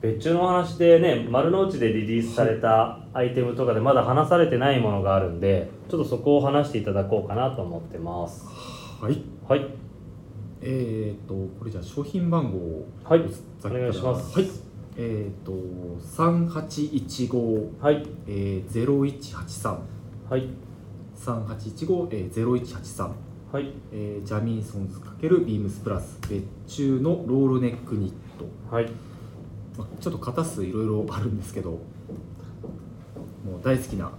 別注のお話でね丸の内でリリースされたアイテムとかでまだ話されてないものがあるんでちょっとそこを話していただこうかなと思ってます。
はい
はい
えー、っとこれじゃあ商品番号を
はい
ざっく
お
り
願いします
はいえー、っと三八一五
はい
えゼロ一八三
はい
三八一五えゼロ一八三
はい
えージャミーソンズ×ビームスプラス別注のロールネックニット、
はい
まあ、ちょっと型数いろいろあるんですけどもう大好きな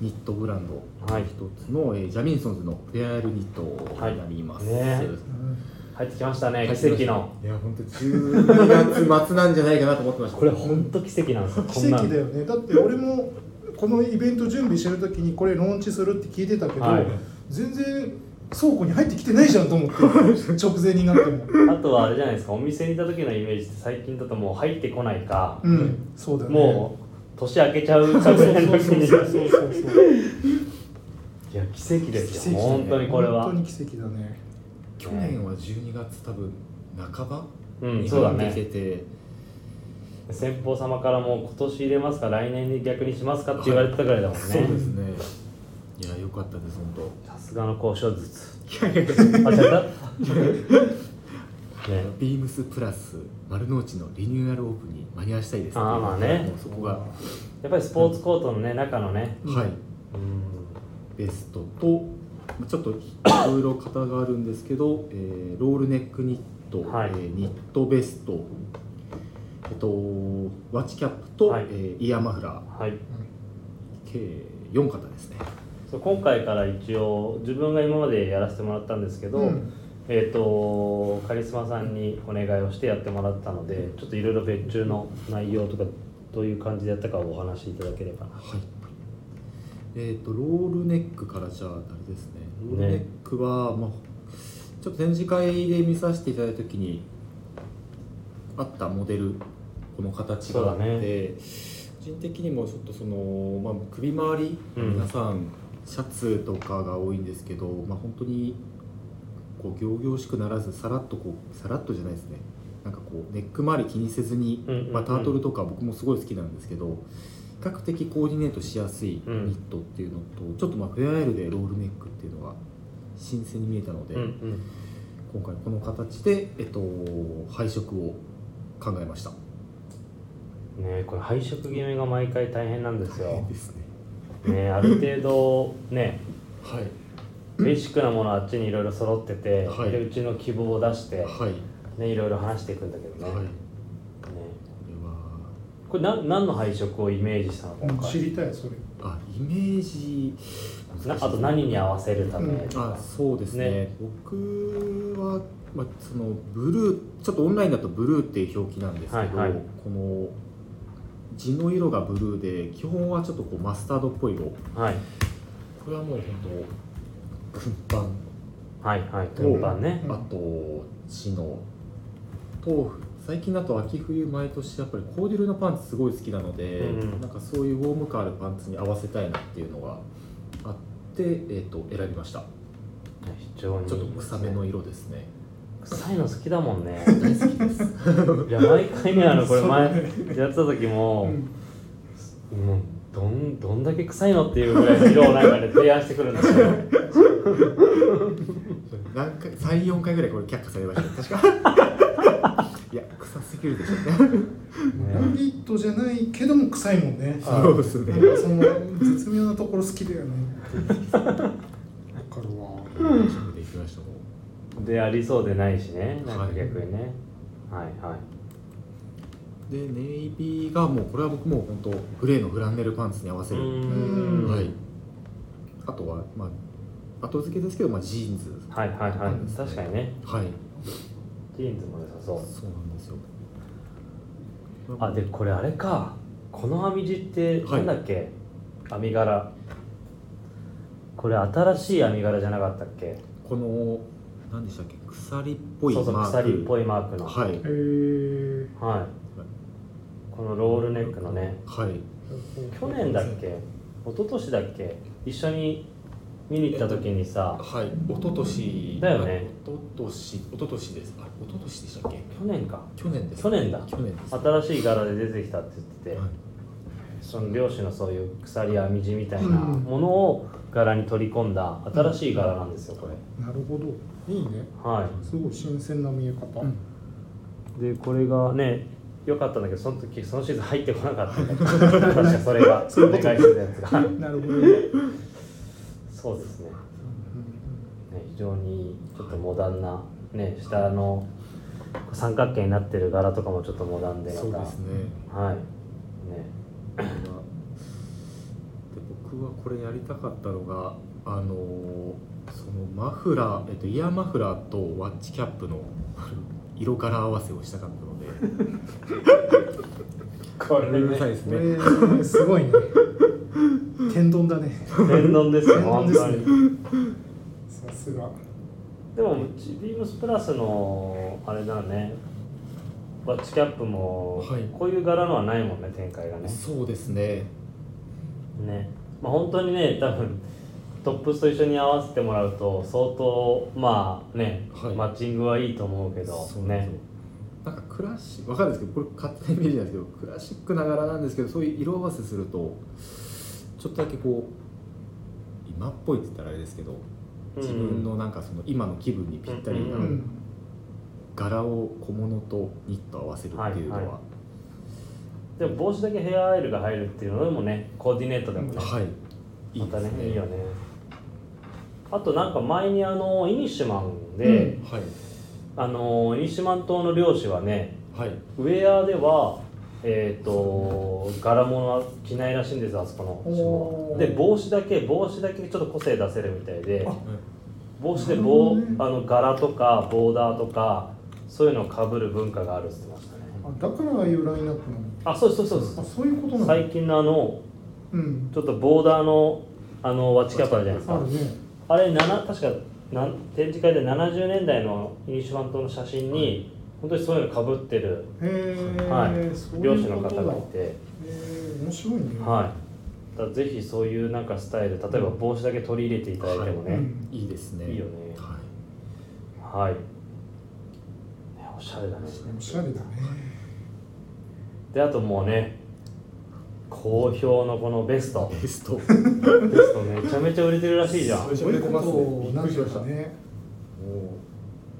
ニットブランド
はい
一つの、えージャミーソンズのフェアエルニットになります、
はいね入ってきましたね奇跡の
いや本当12月末なんじゃないかなと思ってました
これ本当奇跡なんですよこん
奇
な
跡
の
だよねだって俺もこのイベント準備してる時にこれローンチするって聞いてたけど、
はい
全然倉庫に入ってきてないじゃんと思って 直前になっても
あとはあれじゃないですかお店にいた時のイメージって最近だともう入ってこないか、
うんそうだよね
もう年明けちゃうか
そう
ぐ
そう
らいの時
そう
に
そうそうそうそう
いや奇跡ですよ、
奇跡だ
本
ね
当にこれは
本当に奇跡だね
去年は12月多分半ば
うん
に
そうだ
入って
ね
きてて、
先方様からもう今年入れますか来年に逆にしますかって言われてたぐらいだもんね、
そうですねいや良かったです本当
さすがの交渉術あ ちゃったね
ビームスプラス丸の内のリニューアルオープンに間に合わせたいです
あーまあね
もうそこが、は
やっぱりスポーツコートのね中のね
い
うん
ベストとまあちょっといろいろ型があるんですけど、えーロールネックニット、
はい
えーニットベストえっとワッチキャップと、
はい
えーイヤーマフラー
はい
計4型ですね
そう今回から一応自分が今までやらせてもらったんですけど、
うん
えっ、とカリスマさんにお願いをしてやってもらったのでちょっといろいろ別注の内容とかどういう感じでやったかをお話しいただければな
はいえっ、とロールネックからじゃああれですねロールネックは、まあ、ちょっと展示会で見させていただいた時にあったモデルこの形があって、
そうだ
個人的にもちょっとその、まあ、首周り、
うん
皆さんシャツとかが多いんですけど、まあ、本当にこう仰々しくならずさらっとこうさらっとじゃないですねなんかこうネック周り気にせずに、
うんうんうん
まあ、タートルとか僕もすごい好きなんですけど比較的コーディネートしやすいニ
うん
ットっていうのと、ちょっとまあフェアアイルでロールネックっていうのが新鮮に見えたので、
うんうん
今回この形で、えっと、配色を考えました。
ねこれ配色決めが毎回大変なんですよ
ですね。
ねある程度ね
はい
ベーシックなものはあっちにいろいろ揃ってて、
はい
でうちの希望を出して、
はい
ね、いろいろ話していくんだけどね,、
はい
ねこ
これ
れな何の配色をイメージしたの今
知
回
りたいそれ
はあイメージ
なあと何に合わせるためとか
あ、そうですね
ね
僕は、まあ、そのブルーちょっとオンラインだとブルーっていう表記なんですけど、
はいはい
この地の色がブルーで基本はちょっとこうマスタードっぽい色こ
はい
れはもう本当軍艦
はいはい運搬ね
うん
あと地のと最近だと秋冬毎年やっぱりコーデュルのパンツすごい好きなので、
うん
なんかそういうウォーム感あるパンツに合わせたいなっていうのがあって、えー、と選びました
非常に
ちょっと臭めの色ですね
臭いの好きだもんね
大好きです
いや毎回ねあのこれ前
そう
やってた時も、
うん
もうどんどんだけ臭いのっていうぐらいの色をなんかね提案してくるんです よ
何回34回ぐらいこれ却下されました確か いや臭すぎるでしょうね
ラビットじゃないけども臭いもんね
はい
そうです
なん
ね
かその絶妙なところ好きだよねわかるわ
自分で行きましたもん
でありそうでないしねなん
は
か
い
逆にねはいはい
でネイビーがもうこれは僕もう本当グレーのフランネルパンツに合わせる
ん
はい、あとは、まあ、後付けですけど、まあ、ジーンズ、
はいはいはい確かにね
はい、
ジーンズも良さそう
そうなんですよ。
あでこれあれかこの編み地って
はい
なんだっけ、編み柄これ新しい編み柄じゃなかったっけ
この、何でしたっけ、鎖っぽい
そうそう
マーク
鎖っぽいマークのは
はい、
へえ
い、このロールネックのね
はい、
去年だっけ一昨年だっけ一緒に見に行った時にさ
はい、一昨年
だよね。
一昨年、一昨年です。あ、一昨年でしたっけ。
去年か
去年です。
去年だ
去年です。は
新しい柄で出てきたって言ってて、
い
その漁師のそういう鎖や編み地みたいな
うん
ものを柄に取り込んだ新しい柄なんですよこれ
なるほどいいね
はい
すごい新鮮な見え方、
うん
でこれがね良かったんだけどその時そのシーズン入ってこなかったんだけど確かそれがお願いしてたやつが
なるほど、ね
そうですねね非常にちょっとモダンなね下の三角形になってる柄とかもちょっとモダンでまた
そうですね。
はいね
これがで僕はこれやりたかったのがあのーそのマフラー、えっと、イヤーマフラーとワッチキャップの色柄合わせをしたかったので
これ
うるさいです
こ
ね
れすごいね天丼だね
天丼ですよ
天丼
本
です
当に
ねさすが
でもうちビームスプラスのあれだねバッチキャップも
はい
こういう柄のはないもんね展開がね
そうですね
ねまあ本当にね多分トップスと一緒に合わせてもらうと相当まあね、
はい
マッチングはいいと思うけど
そう
ね
なんかクラシックわかるんですけどこれ勝手なイメージなんですけどクラシックながらなんですけどそういう色合わせするとちょっとだけこう今っぽいって言ったらあれですけど自分のなんかその今の気分にぴったりな、
う
うんん
柄を小物とニット合わせるっていうのは、
はいはでも帽子だけヘアアイルが入るっていうのでもねコーディネートでもね、
はい、い
ま
い
た
です
ね
ね。
いいよねあとなんか前にあのイニッシュマンで、
う
はい、
あのイニッシュマン島の漁師はね
はい、
ウェアではえっ、と柄物は着ないらしいんですあそこの
おー
で帽子だけ帽子だけちょっと個性出せるみたいで帽子で
なるほ
棒、
どね
あの柄とかボーダーとかそういうのをかぶる文化があるって言ってましたね
あだからああいうラインナップなの
あそうですそうですそ
あ
うで
そういうことな
す
の、
最近のあの
うん
ちょっとボーダーのあのワッチキャップあるじゃないです
あ
か
るね
あれなな確かなん展示会で70年代のイニシュマン島の写真に、本当にそういうのかぶってる
へえ、
はい
そう
漁
い
師
う
の
こ
方
とだ
が
へ
いて
え面白いね
はいだからぜひそういうなんかスタイル例えば帽子だけ取り入れていただいてもね、
うん
いいですね。
いいよね
は
はい、ねおしゃれだね
おしゃれだね
であともうね好評のこのベスト
ベスト
ベストめちゃめちゃ売れてるらしいじゃんね
めちゃめちゃ売れてますね
そうなんだよね
もう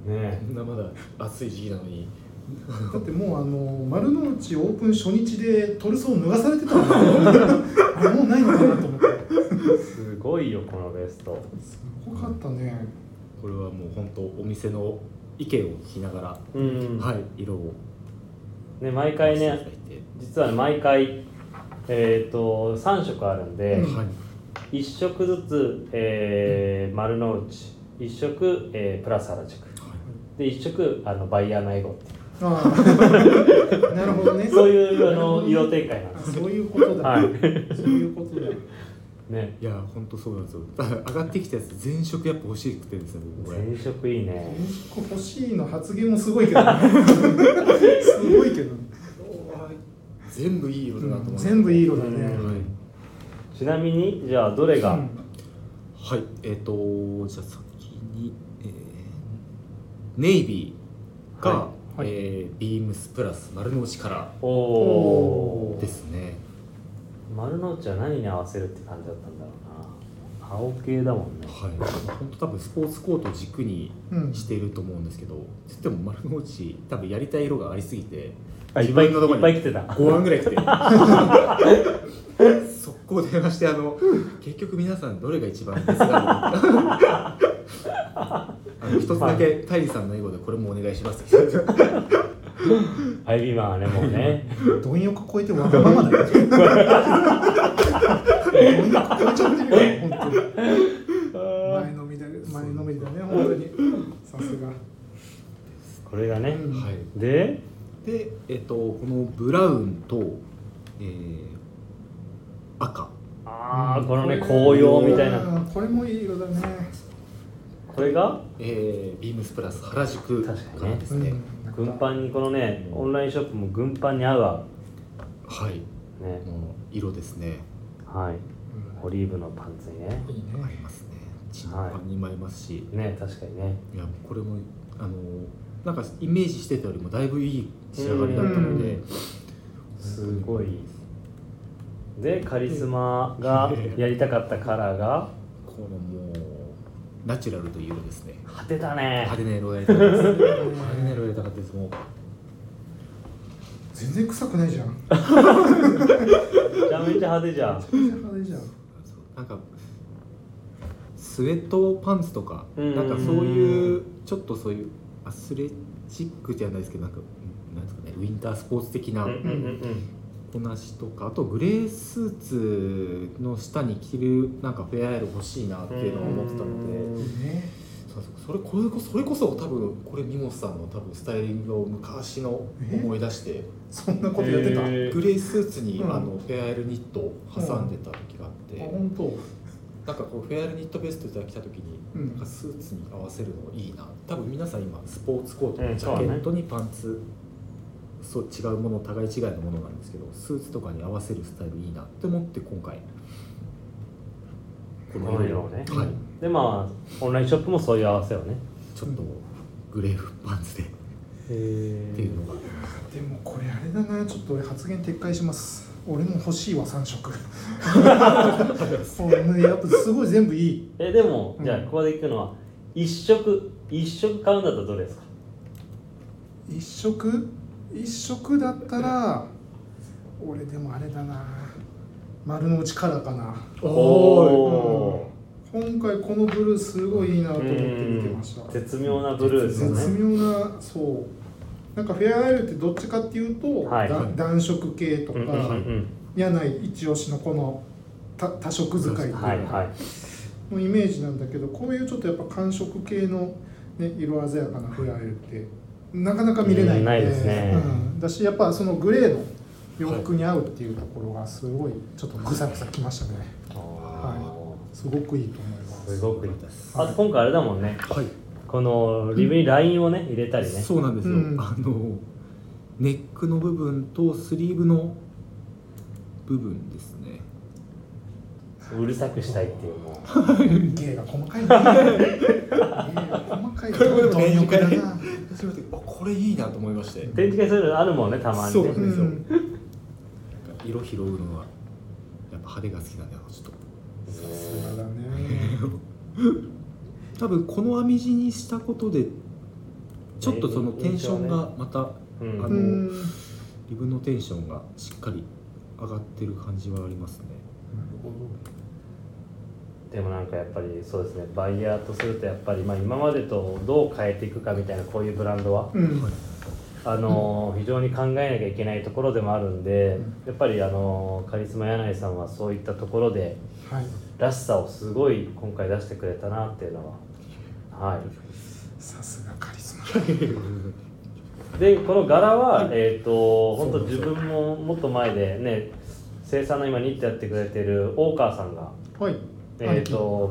え
こんなまだ暑い時期なのに
だってもうあの丸の内オープン初日でトルソー脱がされてたもんあれもうないのかなと思って
すごいよこのベスト
すごかったね
これはもう本当お店の意見を聞きながら、
うん、
はい色を
ね毎回
出し
ね
ていただいて
実はね毎回えっ、と3色あるんで、
うん
はい
一1色ずつ、えー丸の内1色、えープラス原宿で1色あのバイヤーのエゴってい
ああなるほどね
うそういうあの色展開なんで
あ
す
そういうことだ、
はい
そういうことだ
ね
いや本当そうなんですよ 上がってきたやつ全色やっぱ欲しくてですね僕これ
前色いいね
欲しいの発言もすごいけ ど、ね、すごいけど、ね、
全部いい色だなと思って、
全部いい色だね、
う
はい
ちなみにじゃあどれが、
はい、えっ、と、じゃあ先に、えーネイビーが、
はいはい
えービームスプラス丸の内カラ
お
お
お
ーですね。
丸の内は何に合わせるって感じだったんだろうな青系だもんね
はい、本当多分スポーツコート軸に
うん
していると思うんですけど、つっても丸の内、多分やりたい色がありすぎて、
あいっぱい
自分のと
い
こ
っ
に
ぱい来てた
5案ぐら い来て、速攻電話して、あの結局皆さん、どれが一番で すかあの一つだけ、タイリさんの英語でこれもお願いします って言って
ハイビーマンはねもうね
貪欲超えてわがままだよ貪欲超えちゃってるよ本当に前のめりだ前のめりだね本当にさすが
これがね、
うん
はい
で
で、えっと、このブラウンと、えー赤
ああ
うん
このね紅葉みたいな
うんこれもいい色だね
これが
えービームスプラス原宿
確かにね
からですね
軍パンにこのねオンラインショップも軍パンに合うわ
はい
ね
もう色ですね
はいオリーブのパンツにね
いいね
ありますねチンパンにもありますし、
ね確かにね
い、やこれもあのなんかイメージしてたよりもだいぶいい仕上がりだったので、
う
すごいでカリスマがやりたかったカラーが
このもうナチュラルという色ですね
果てたね
派手な色をやりたかったです派手な色をやりたかったですもう
全然臭くないじゃん
めちゃめちゃ派手じゃん
全然派手じゃん
なんかスウェットパンツとか
うん
なんかそういうちょっとそういうアスレチックじゃないですけどなんかなんですかねウィンタースポーツ的な
うんうんうん
こなしとかあとグレースーツの下に着るなんかフェアアイル欲しいなっていうのは思ってたので
うん
ね
そうそうそれこれこそれこそ多分これミモスさんの多分スタイリングを昔の思い出して
そんなことやってた、
えー
グレースーツに
うん
あのフェアアイルニットを挟んでた時があって。
あ本当
なんかこうフェアルニットベストが来た時に、
うん
なんかスーツに合わせるのいいな多分皆さん今スポーツコート
う
の
ん
ジャケットにパンツ、そう違うもの互い違いのものなんですけどスーツとかに合わせるスタイルいいなって思って今回
この色をね
はい
でまあオンラインショップもそういう合わせをね
ちょっとグレーフパンツでっ
へ
てい
え
うのが
でもこれあれだなちょっと俺発言撤回します俺も欲しいわ3色 そうねやっぱすごい全部いい
えでも
うん
じゃあここでいくのは一色一色買うんだったらどれですか
一色一色だったら俺でもあれだな丸の内カラーかな
お
今回このブルーすごいいいなと
ー
思って見てました
うん絶妙なブルーです
絶
ね
妙なそうなんかフェアアイルってどっちかっていうと、
はい
だ暖色系と
う
か、
んうんうん
柳井一押しのこの多多色使いってい
う
う
ん
か
はいはい
のイメージなんだけどこういうちょっとやっぱ寒色系の、ね、色鮮やかなフェアアイルってなかなか見れない
うん
の
ないですね
うん、だしやっぱそのグレーの洋服に合うっていうところがすごいちょっとぐさぐさきましたね
あ
すごくいいと思いま
ー
す
すごくいい
です
あと今回あれだもんね
はい
このリブにラインをね入れたりね
そうなんですよ、
うん
あのネックの部分とスリーブの部分ですね
うるさくしたいっていうも
芸が細かいね芸が細かい
これもでも
貪欲だな
それであこれいいなと思いまして
う展示会そういうのあるもんねたまに
そう
ね
です
うん
色拾うのはやっぱ派手が好きなんだよちょっ
そうだね
と多分この編み地にしたことでちょっとそのテンションがまた
うん
あ
う
の
ん
自分のテンションがしっかり上がってる感じはありますね
でもなんかやっぱりそうですねバイヤーとするとやっぱり、まあ、今までとどう変えていくかみたいなこういうブランドは、
うん
あのー非常に考えなきゃいけないところでもあるんで
うん
やっぱり、あのーカリスマ柳井さんはそういったところで
はい
らしさをすごい今回出してくれたなっていうのははい
さすがカリスマ
でこの柄は、えっ、と本当自分ももっと前でね生産の今ニットやってくれてる大川さんが
はい
えーと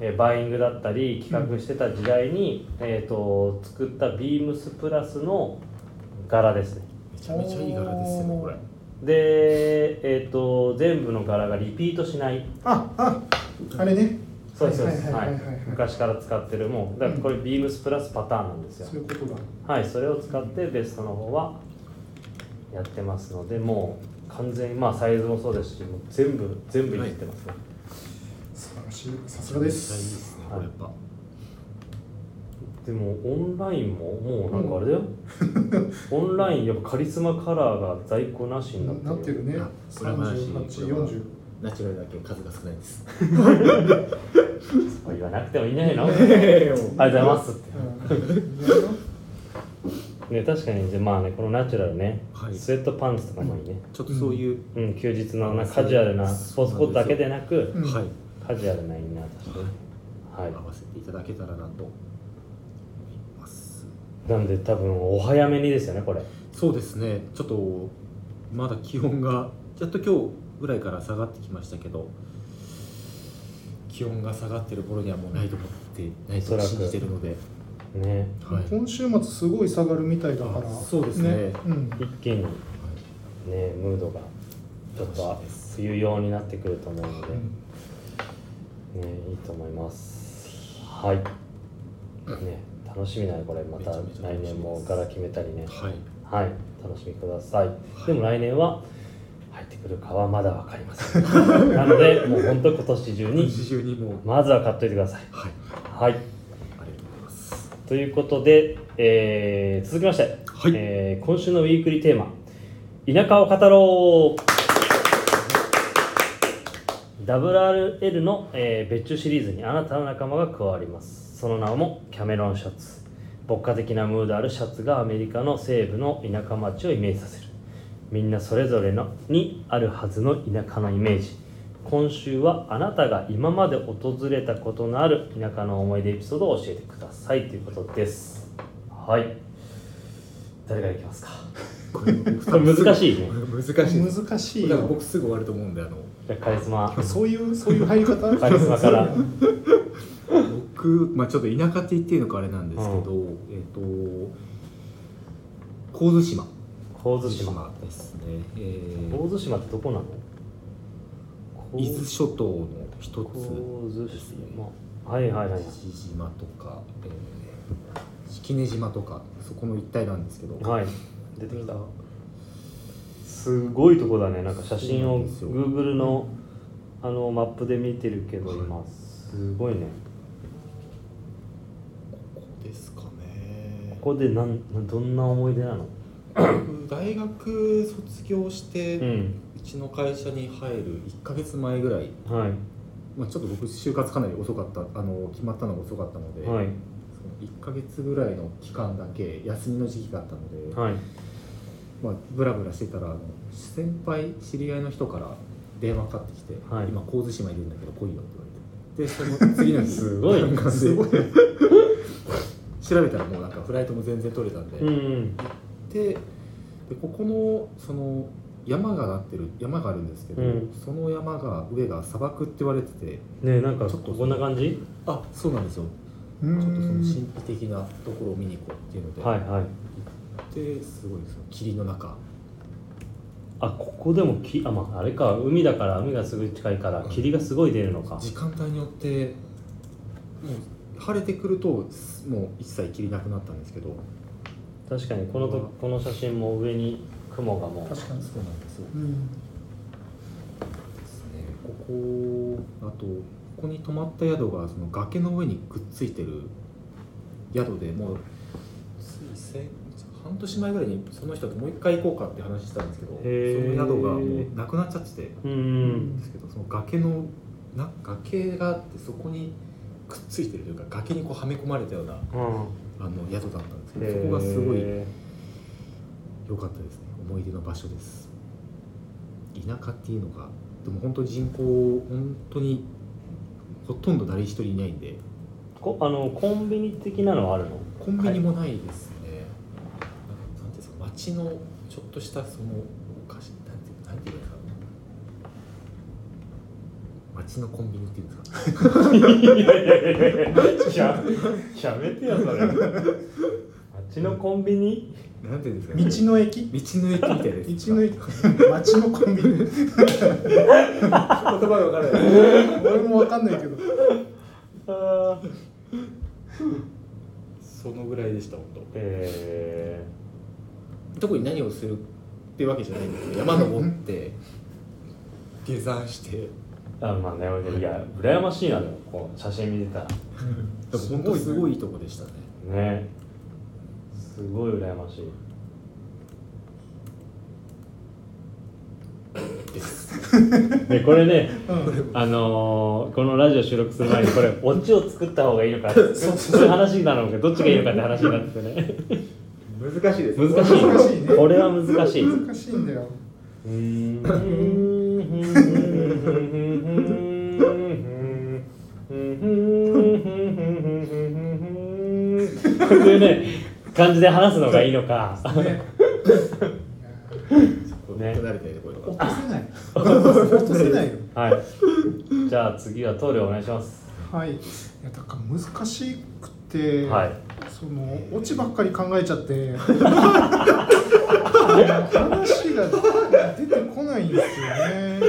えーバイングだったり企画してた時代に、えー、と作ったビームスプラスの柄ですね
めちゃめちゃいい柄ですよねこれ
で、えー、と全部の柄がリピートしない
あああれね
そうですそうです
は
はい
はいは
い
いはいはい
昔から使ってるもうだからこれビームスプラスパターンなんですよ、
そういうことだ
はいそれを使ってベストの方はやってますのでもう完全にまあサイズもそうですしもう全部全部いじってますね、
素晴らしいさすがです
めちゃめちゃいいですねこれやっぱ
でもオンラインももうなんかあれだよ、オンラインやっぱカリスマカラーが在庫なしになってる
なってるね
あこれは話
38、40
ナチュラルだけ数が少ないです
言わなくてもいいんじゃないのあり
え
が
えもう
とうございますって
う
ね確かにじゃあまあねこのナチュラルね、
はい
スウェットパンツとかもいいね、
ちょっとそういう、
うん、休日のなカジュアルなスポーツコートだけでなく
ん
はい
カジュアルなインナーとしてねはい
合わせていただけたらなと思います
なんで多分お早めにですよねこれ
そうですねちょっとまだ気温がやっと今日ぐらいから下がってきましたけど気温が下がってる頃にはもうないと思ってないと信じてるので、
ね
はい、
今週末すごい下がるみたいだから
あそうですね
うん
一気にねムードがちょっとあ冬用になってくると思うので、ね、いいと思います。はい。ね、楽しみだね、これ、また
めち
来
ゃめちゃ楽しみです
年も柄決めたりね。
はい
はい、楽しみください。でも来年は。入ってくるかはまだわかりま せん。なので、もう本当今年中に、
日中にもう
まずは買っといてください。
はい
はい。
ありがとうございます
ということで、えー続きまして、
はい
えー今週のウィークリーテーマ「田舎を語ろう」WRL の、えー別注シリーズにあなたの仲間が加わりますその名もキャメロンシャツ牧歌的なムードあるシャツがアメリカの西部の田舎町をイメージさせるみんなそれぞれのにあるはずの田舎のイメージ今週はあなたが今まで訪れたことのある田舎の思い出エピソードを教えてくださいということですはい誰がいきますか
これ僕
これ難しいね
これ難しいです
難しい
だか
よ
ら僕すぐ終わると思うんであの
じゃあカリスマ
そういうそういう入り 方
カリスマから
僕、まあ、ちょっと田舎って言ってるのかあれなんですけど、えっ、と神津島
神津島
ですね、えー
神津島ってどこなの
伊豆諸島の一つ
神津島はいはいはい
父島とか、えー式根島とかそこの一帯なんですけど、
はい出て
これ
きた
が
すごいとこだねなんか写真
そう
を
なんですよ
Google のあのマップで見てるけど今すごいね
ここですか
こ
ね
こでなんなんどんな思い出なの
僕大学卒業して、
う
うんちの会社に入る1か月前ぐらい、
はい
まあ、ちょっと僕就活かなり遅かったあの決まったのが遅かったので、
はい
その1か月ぐらいの期間だけ休みの時期があったので、
はい
まあ、ブラブラしてたらあの先輩知り合いの人から電話かかってきて「
はい
今神津島いるんだけど来いよ」って言 われてでその次の日
すごい
なんか
すごい
調べたらもうなんかフライトも全然取れたんで、
うん
ででここのその山がなってる山があるんですけど、
うん
その山が上が砂漠って言われてて
ねえなんか
ちょっと
こんな感じ
あそうなんですよ
う
ちょっとその
ん
神秘的なところを見に行こうっていうので、
はいはい
ですごいその霧の中
あここでもきあまああれか海だから海がすごい近いから霧がすごい出るのか
時間帯によってもう晴れてくるともう一切切りなくなったんですけど
確かにこのとこの写真も上に雲がもう
確かに
そうなんですよ
うん
ですねここあとここに泊まった宿がその崖の上にくっついてる宿でもうつい先半年前ぐらいにその人ともう一回行こうかって話したんですけどそ
へー
の宿がもうなくなっちゃってて
うん
ん
ですけどその崖のな崖があってそこにくっついてるというか崖にこうはめ込まれたような
うん
あの宿だったんですけ
へ
ど
ー
そこがすごい良かったですね思い出の場所です田舎っていうのがでも本当に人口本当にほとんど誰一人いないんで
こあのコンビニ的なのはあるの
コンビニもないですね、なんなんていうんですか町のちょっとしたそのお菓子なんていうなんていうんですか町のコンビニっていうんです か
いやいやいやいやややめてよそれ街のコンビニ
なんていうんですか
道の駅
道の駅みたいです
道の駅町のコンビニ
言葉が分からない
俺もわかんないけど
あー
そのぐらいでした本
え
当特に何をするってわけじゃないんですけど山登って下山して
ー、あまあねいや羨ましいなでもこう写真見てたら
でも本当すごいいいとこでしたね
ねすごい羨ましいでこれね
うん
あのーこのラジオ収録する前にこれオチを作った方がいいのかそういう話なのかどっちがいいのかって話になっててね
難しいで
難しい
難しいね
これは難しいうん
難しいんだよ
こういうね感じで話すのがいいのか
ね
ね
慣れてないとこ
落
ろが
とせない落とせないよ
はいじゃあ次は棟梁お願いします
はいいやだから難しくて、
はい
そのオチばっかり考えちゃって話が出てこないんですよね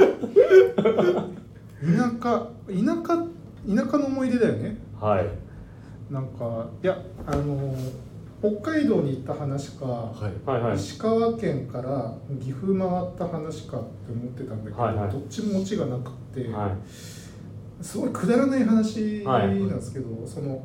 田舎田舎田舎の思い出だよね
はい
なんかいやあの北海道に行った話か、
はい
はいはい
石川県から岐阜回った話かって思ってたんだけど、
はいはい
どっちもオチがなくって、
は
すごいくだらない話なんですけど、その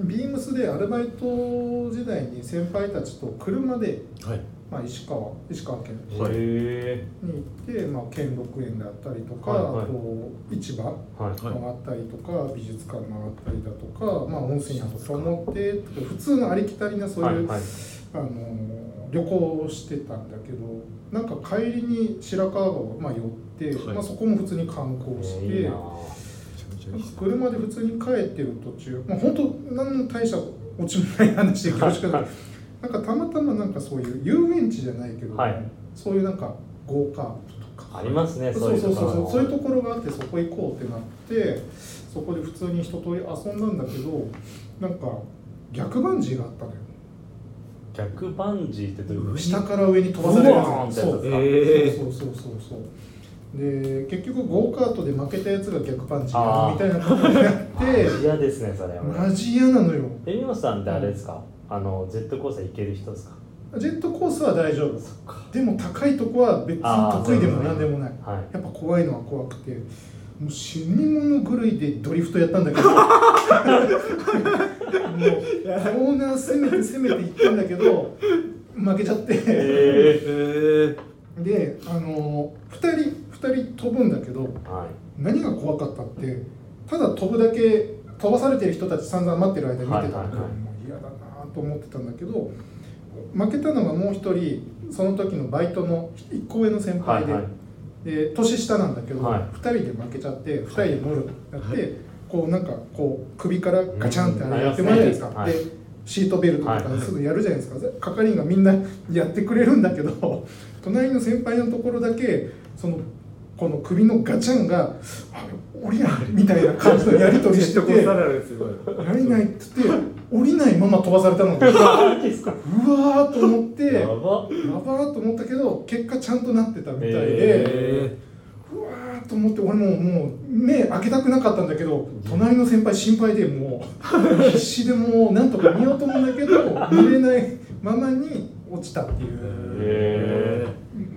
ビームスでアルバイト時代に先輩たちと車で、
はい
まあ、石川石川県
い
はい
へ
に行って、まあ、兼六園であったりとか、
はいはい
あと市場
ーはい
回ったりとか、美術館回ったりだとか、まあ、温泉宿と思って普通のありきたりなそういう、
はいはい
あの旅行をしてたんだけどなんか帰りに白川郷、まあ、寄って、
はい
まあ、そこも普通に観光して。
いいな
車で普通に帰ってる途中、まあ、本当何の大した落ちもない話で恐縮だけどなんかたまたまなんかそういう遊園地じゃないけど、
はい
そういうなんかゴーカートとか
ありますね
そう
い
そう
とこ
そ
ろ
うそ
も
うそういうところがあってそこ行こうってなってそこで普通に一通り遊んだんだけどなんか逆バンジーがあったのよ
逆バンジーってどういうこと
下から上に飛ばされるやつ
うわーみたいな
そう
え
そうそうそうそうそうで結局ゴーカートで負けたやつが逆パンチやるみたいなこ とになって
嫌ですねそれ
マジ嫌なのよ
えみおさんってあれですかあのジェットコースター行ける人ですか
ジェットコースは大丈夫
そっか
でも高いとこは別に得意でも何でもない
はい
やっぱ怖いのは怖くてもう死に物狂いでドリフトやったんだけ どもうコーナー攻めて攻めていったんだけど負けちゃって
え
え
であの2人2人飛ぶんだけど
は
何が怖かったってただ飛ぶだけ飛ばされてる人たち散々待ってる間に見てたんだけど、
はいはいはい
もう嫌だなと思ってたんだけど負けたのがもう一人その時のバイトの1個上の先
いは
輩
い
で,、
はい
で年下なんだけど、
はい
2人で負けちゃって2人で乗るやって、こうなんかこう首からガチャンってあれやってもらうじゃないですか。
うんありますね
でシートベルトとかすぐやるじゃないですか、係員がみんなやってくれるんだけど 隣の先輩のところだけそのこの首のガチャンが 「あ俺や」みたいな感じのやり取りしてて「
るんですよ
やりない」っつって降りないまま飛ばされたのでうわ
マジですか
ーと思っ て
や
や
ば
ばーと思ったけど結果ちゃんとなってたみたいで、
え
うわーと思って俺ももう目開けたくなかったんだけど隣の先輩心配でもう 必死でもうなんとか見ようと思うんだけど見れないままに落ちたっていう、
え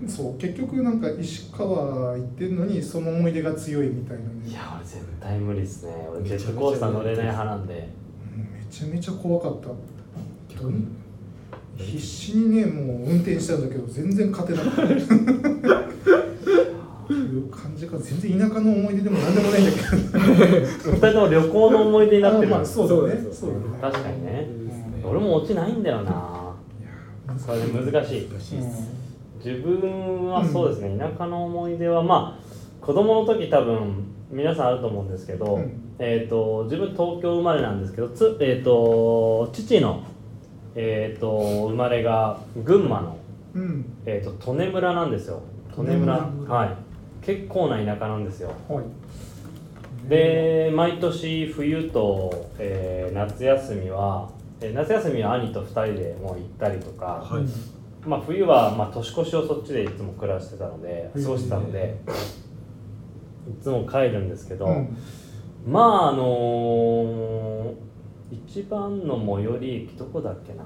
そう結局なんか石川行ってるのにその思い出が強いみたいなね
ー、いや俺絶対無理ですね俺ジェットコースター乗れない派なんで
うんめちゃめちゃ怖かったどん必死にねもう運転したんだけど全然勝てな かったっていう感じが全然田舎の思い出でも何でもないんだけど
二人とも旅行の思い出になってる、
あまあそうだねそうだね
確かにね
うん
俺も落ちないんだよなそれ難しい
難しいです、
自分はそうですね、田舎の思い出はまあ子供の時多分皆さんあると思うんですけど、
うん
えー、と自分東京生まれなんですけどつ、えー、と父の、えー、と生まれが群馬の、
うん、
えー、と利根村なんですよ利根村
利根村
はい結構な田舎なんですよ
はい。
で毎年冬と、えー夏休みは、えー夏休みは兄と2人でもう行ったりとか、
はい
まあ、冬はまあ年越しをそっちでいつも暮らしてたので過ごしてたのでいつも帰るんですけど、
うん
まああのー一番の最寄り駅どこだっけな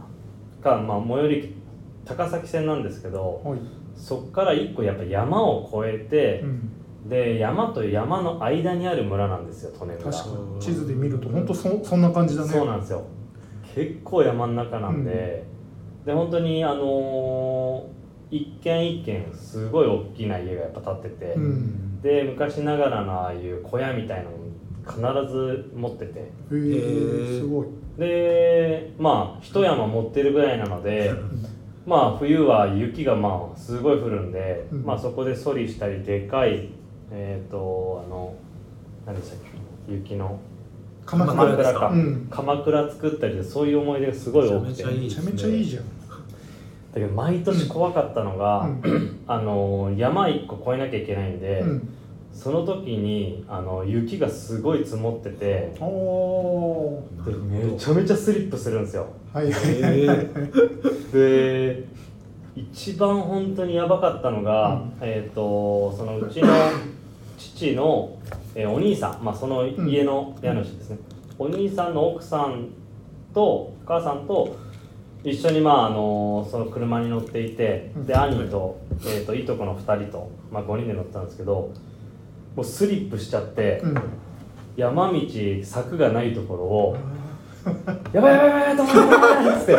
か、まあ、最寄り駅高崎線なんですけど
はい。
そっから一個やっぱ山を越えて
う、ん。
で山と山の間にある村なんですよ利根
確
村
かに地図で見ると本当そそんな感じだね。
そうなんですよ結構山の中なんで、で本当にあのー一軒一軒すごい大きな家がやっぱ建ってて、
うん。
で昔ながらのああいう小屋みたいなのを必ず持ってて
へえ、すごい。
でまあ一山持ってるぐらいなのでまあ冬は雪がまあすごい降るんで、
うん
まあそこでソリしたりでかいえっ、とあの何でしたっけ雪の
鎌
鎌
倉。
倉か、
うん。
鎌倉作ったりでそういう思い出がすごい多くてだ
めちゃめちゃいいじゃん。
けど毎年怖かったのが、
うん
あの山一個越えなきゃいけないんで、
うん。
その時にあの雪がすごい積もってて
おお
でめちゃめちゃスリップするんですよ
ー。はいはいはい。
え
で一番本当にやばかったのが、
うん
えっ、とそのうちの父の、えーお兄さん、まあ、その家の家主ですね、お兄さんの奥さんとお母さんと一緒に、まあ、あのその車に乗っていてで
うん
兄と,、えー、といとこの2人と、まあ、5人で乗ったんですけどもうスリップしちゃって、
うん。
山道柵がないところをやばいやばいやばい止まってって、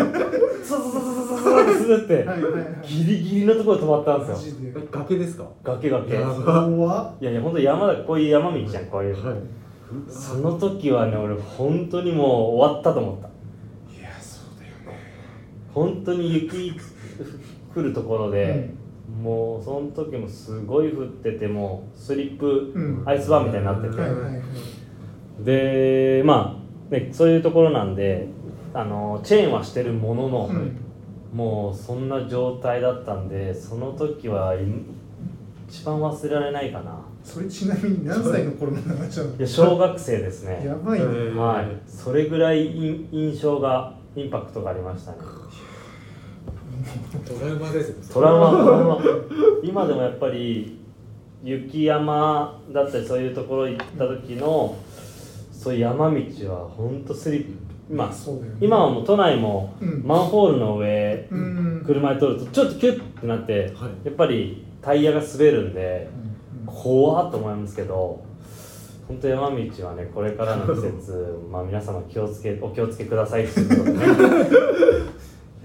ススススススススって
はいはいはい。
ギリギリのところで止まったんで
マ
すよ。
ジで。
崖ですか
崖崖。
やば
い
怖っ
やいや本当山だこういう山道じゃんこういう。
はい
その時はね俺本当にもう終わったと思った。
いやそうだよね。
本当に雪降るところで、もうその時もすごい降っててもうスリップ、
うん
アイスバーンみたいになってて。
はいはいはい。
でまあ、ね、そういうところなんであのチェーンはしてるものの、
うん。
もうそんな状態だったんでその時はい一番忘れられないかな
それちなみに何歳の頃の話なの
いや小学生ですね
やばいね。
はいそれぐらい印印象がインパクトがありましたね
トラウマですよ
トラウマトラウマ今でもやっぱり雪山だったりそういうところ行った時のそういう山道は本当スリップまあ
そうだよね。
今はもう都内も
うん
マンホールの上
うん。
車で通るとちょっとキュッてなって
はい
やっぱりタイヤが滑るんで
うん
怖っと思いますけど本当山道はねこれからの季節 まあ皆様気をつけお気をつけくださいっていうことでね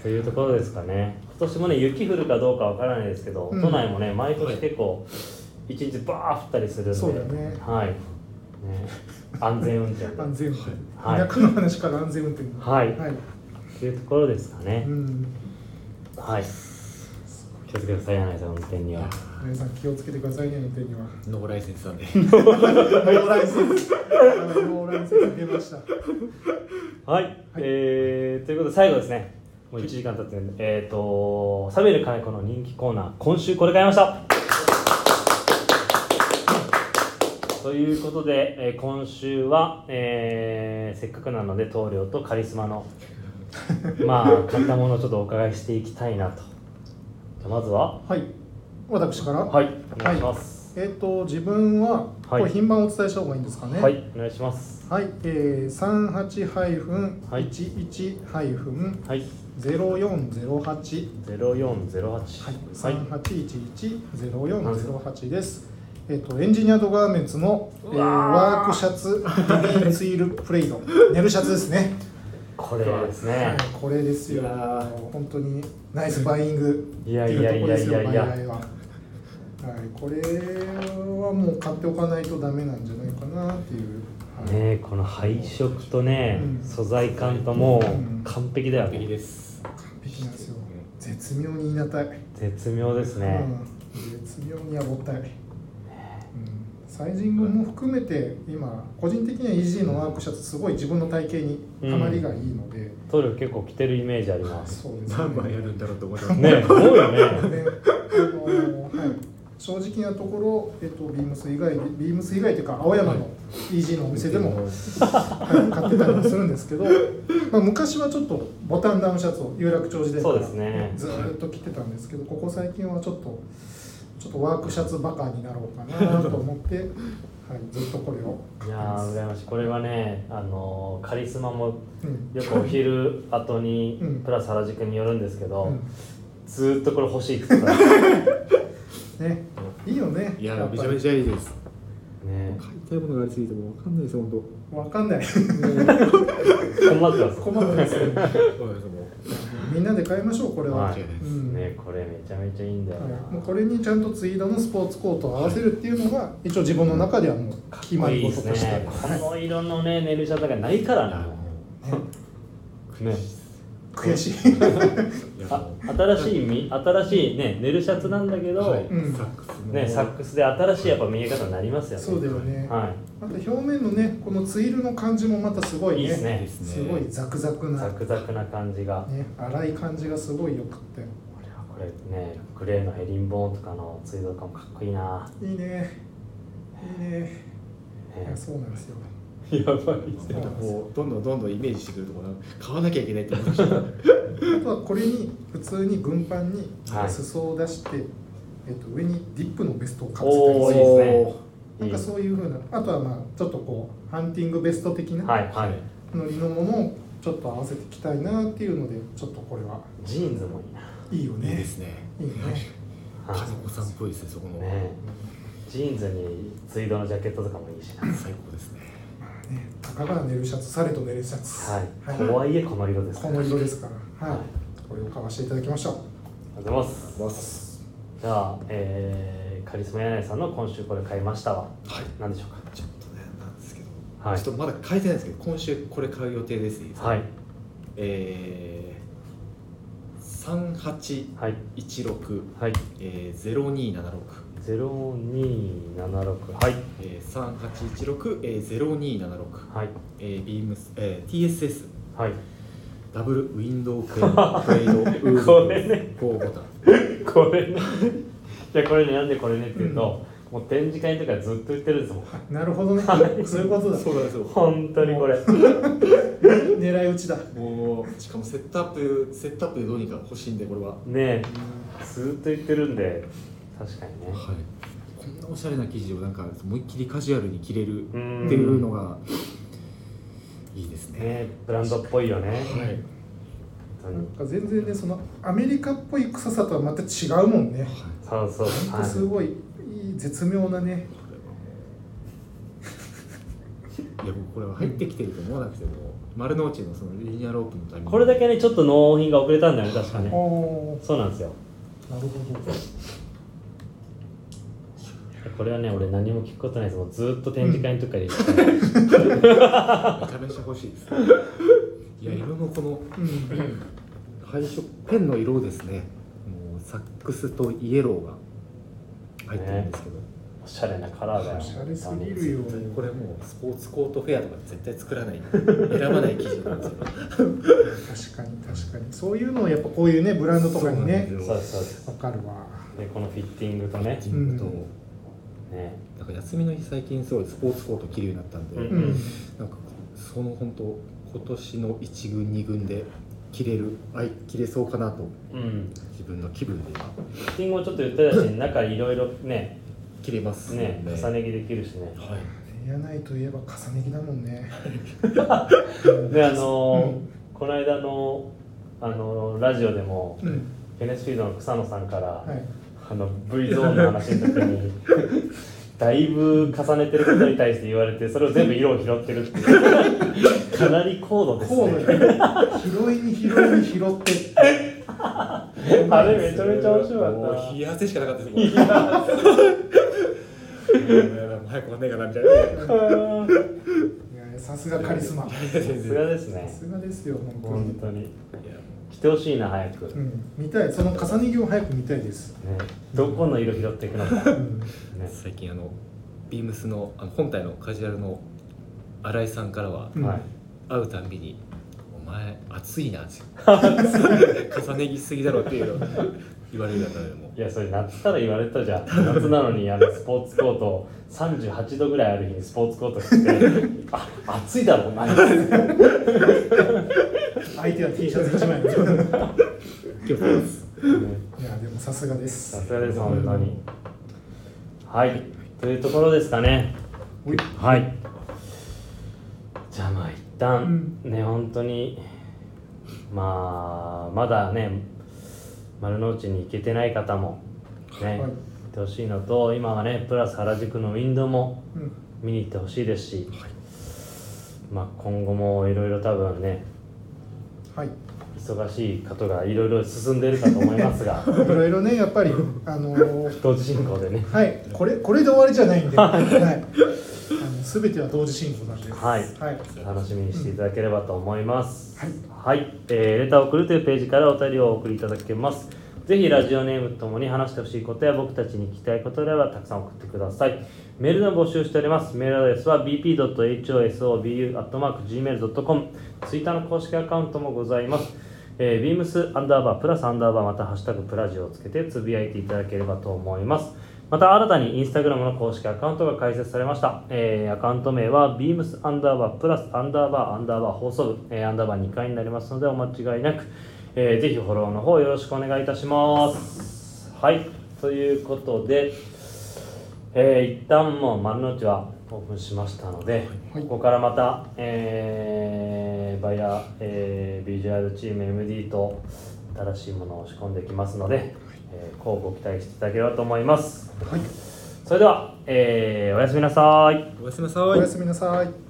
というところですかね今年もね雪降るかどうかわからないですけど、
うん
都内もね毎年結構一日バー降ったりするんで
そうだね
はいね安全運転
安全運転。
はい
田舎の話から安全運転。
はい
はい。
というところですかね、
うん。
はい気をつけてください柳井さん運転には
皆さん気をつけてくださいね運転には。
ノーライセンスなんで
ローライセンス。ローライセンス出ました。
はい、えーということで最後ですねもう1時間経ってるんで、えっ、とサミュエル金子の人気コーナー今週これ買いましたということで、えー今週は、えーせっかくなので棟梁とカリスマ のまあ買ったものをちょっとお伺いしていきたいなとじゃあまずは
はい私から
はいお願いします
えっ、と自分はこ
はい
れ品番お伝えした方がいいんですかね
はい、お願いします
はい、えー、
はい
38-11-0408
はい0408はい
はい、三八一一ゼロ四ゼロ八です。えっとエンジニアドガーメンツの、えー、ワークシャツリビーツイルプレ イド寝るシャツですね。
これはです
は
ね
いこれですよ。
いや
本当にナイスバイングって
いやい
いう
や
と
い
ころで
や
す
いや
よ。バ
い
イアイは。
や
はい、これはもう買っておかないとダメなんじゃないかなっていう。
ね
はい
えこの配色とね、
うん
素材感とも
うん
う完璧だよ
完璧
ね
です
完璧なんですよ。絶妙にいなたい。
絶妙ですね、
うん、絶妙にやぼったい、うん、サイジングも含めて今個人的には EG のワークシャツすごい自分の体型にハマりがいいので、
トル結構着てるイメージあります
そうです
何枚やるんだろうと思って
ねえ すごいよね
であのはい、正直なところ、えっと、ビームス以外ビームス以外というか青山の EG のお店でも、はい買ってたりもするんですけど、まあ、昔はちょっとボタンダウンシャツを有楽町時代か
そう
ら
ですね
ずーっと着てたんですけどここ最近はちょっとちょっとワークシャツバカになろうかなと 思って、はい、ずっとこれを
い
買って
や
ま
ー
す。
羨ましいこれはねあのーカリスマも
うん
よくお昼後に、
うん
プラス原宿に寄るんですけど、
うん
ずーっとこれ欲しいって言ってたん です
ね、いいよね
いや
っぱ
め
り
ちゃめちゃいいです
ね
買いたいものがありすぎてもう分かんないですよ本
わかんな い
困ってます
困るんですよ
当そうですもう
みんなで買いましょうこれ
は
は、
い
うん
ねこれめちゃめちゃいいんだよな、
はい、もうこれにちゃんとツイードのスポーツコートを合わせるっていうのが一応自分の中ではもう決ま
い
り
いで
事
す
として
ねこの色のね寝るシャツがないからな、ね
悔 しい
いや
あ
も
新しいみ新しいね寝るシャツなんだけど、
うはいう
うん
サックスの
ねサックスで新しいやっぱ見え方になりますよね
そうだよね、
は
あと表面のねこのツイルの感じもまたすごい
い
ね
いいですね
です
すごいザクザクな
ザクザクな感じが、
ね粗い感じがすごいよくって
これはこれねグレーのヘリンボーンとかのツイードとかもかっこいいな、
いいねいいねい
ね
や、そうなんですよ
やばい
なんかこうどんどんどんどんイメージしてくるとこなんか買わなきゃいけないって思いました
あとはこれに普通に軍パンに
はい
裾を出して、えっと、上にディップのベストをかぶせ
おお
た
い
り
い
す
です
る
ね
なんかそういうふうなあとはまあちょっとこうハンティングベスト的な、
はいはい
ノリのものをちょっと合わせていきたいなっていうのでちょっとこれは
ジーンズもいいな、
いいよ
いい
ね
ですね
いいね
は
風子さんっぽいですねそこ
い
の
ねジーンズにツイードのジャケットとかもいいしな
最高ですね
まあねたかが寝るシャツされと寝るシャツ
はいとはいえこの色です
こ
ね
の色ですからはいこれを買わせていただきました
ありがとうございますじゃあ、えー、カリスマ柳井さんの今週これ買いましたは
はい
何でしょうか
ちょっとねなんですけど、
はい
ちょっとまだ書いてないんですけど今週これ買う予定ですいいですか
はい
えー、
はい
3816
はい
えー、0276、
0276はい
えー、3816、えー、0276、
はい
えー、ビームス、えー、TSS
はい
ダブルウィンドウクレードクレードウーズ
これね
ゴーボタン
これね じゃあこれねなんでこれねっていうと、もう展示会とかずっと言ってるんですもん
なるほどねそういうことだ
そうなんですよ
本当にこれ
狙い撃ちだ
もうしかもセットアップセットアップでどうにか欲しいんでこれはは
ねえずっと言ってるんで確かにね
いこんなおしゃれな生地をなんか思いっきりカジュアルに着れる
うん
っていうのがいいです
ね
ね
えブランドっぽいよね、
はい
本当
なん
に
か全然ねそのアメリカっぽい臭さとはまた違うもんね
そうそう
ほんと
はい
すごいいい絶妙なね
いやもうこれは入ってきてると思わなくても丸の内のそのリニアロープのタイミング
これだけねちょっと納品が遅れたんだよね確か
ああな
ね
るほ
そうなんですよ
ど
これはね俺何も聞くことないですもうずっと展示会の時から言って
めちゃめちゃ欲しいですいや色のこの
うん
配色ペンの色ですねもうサックスとイエローが入ってるんですけど、
おしゃれなカラーだよ
おしゃれすぎるよ
絶対これもうスポーツコートフェアとか絶対作らない選ばない生地なんです よ
確かに確かにそういうのをやっぱこういうねブランドとかにね
そうですそうです
わかるわ
でこのフィッティングとね
ジングと、
うん
ねね
なんか休みの日最近すごいスポーツコート着るようになったんで、
うん
うん
なんかその本当今年の1軍2軍で着れるあい着れそうかなと
うん
自分の気分で今
リンゴちょっと言ったやつに中いろいろね
着れます
ね重ね着できるしね
はい
やないといえば重ね着だもんね
であのーこの間のあのーラジオでも
うん
フェネスフィードの草野さんから、
はい
あの V ゾーンの話の時 にだいぶ重ねてることに対して言われてそれを全部色を拾ってるっていう かなり高度です
こ
ね
う 拾いに拾いに拾って
あれめちゃめちゃ面白か
も
っ
う冷や汗しかなかったですもんもうや だもう早く終わんねえかなみたいな
たうん
いやさすがカリス マさ
さすがですね
すがですよ
本
本
当に
いや
来てほしいな早く、
当に、う
ね、
ん、見たいその重ね着を早く見た いです、
どこの色拾っていくのか、
う
ね、
ん、
最近あのビームスのあの本体のカジュアルの新井さんからは
うん
はい
会うたんびに「お前暑いな」って 重ね着すぎだろっていうのを言われるんだからでも
いやそれ夏から言われたじゃん夏なのにあのスポーツコート38度ぐらいある日にスポーツコート着てあ暑いだろうな
相手は T シャツ 一枚の
今日です
いやでもさすがです
さすがです本当にはいというところですかね
おい
はいじゃあまあ一旦、ね本当にまあまだね丸の内に行けてない方もね、
はい
行ってほしいのと今はねプラス原宿のウィンドウも
うん
見に行ってほしいですし、まあ今後もいろいろ多分ね
はい
忙しい方がいろいろ進んでるかと思いますが
いろいろねやっぱりあのー
同時進行でね
はいこれこれで終わりじゃないんで、はい、あの全ては同時進行なんで
はい
はい
楽しみにしていただければと思います、はい、えーレターを送るというページからお便りをお送りいただけますぜひラジオネームともに話してほしいことや僕たちに聞きたいことであればたくさん送ってくださいメールでも募集しておりますメールアドレスは bp.hosobu.gmail.com ツイッターの公式アカウントもございますえー、ビームスアンダーバープラスアンダーバーまたハッシュタグプラジオをつけてつぶやいていただければと思いますまた新たにインスタグラムの公式アカウントが開設されました、えーアカウント名はビームスアンダーバープラスアンダーバーアンダーバー放送部、えーアンダーバー2回になりますのでお間違いなく、えーぜひフォローの方よろしくお願いいたしますはいということでえー一旦もう丸の内はオープンしましたので、
はい
ここからまた、えーバイヤー、えービジュアルチーム MD と新しいものを仕込んでいきますので、えー、こうご期待していただければと思います
はい、
それでは、えーおやすみなさい
おやすみなさ
お
い
やすみなさい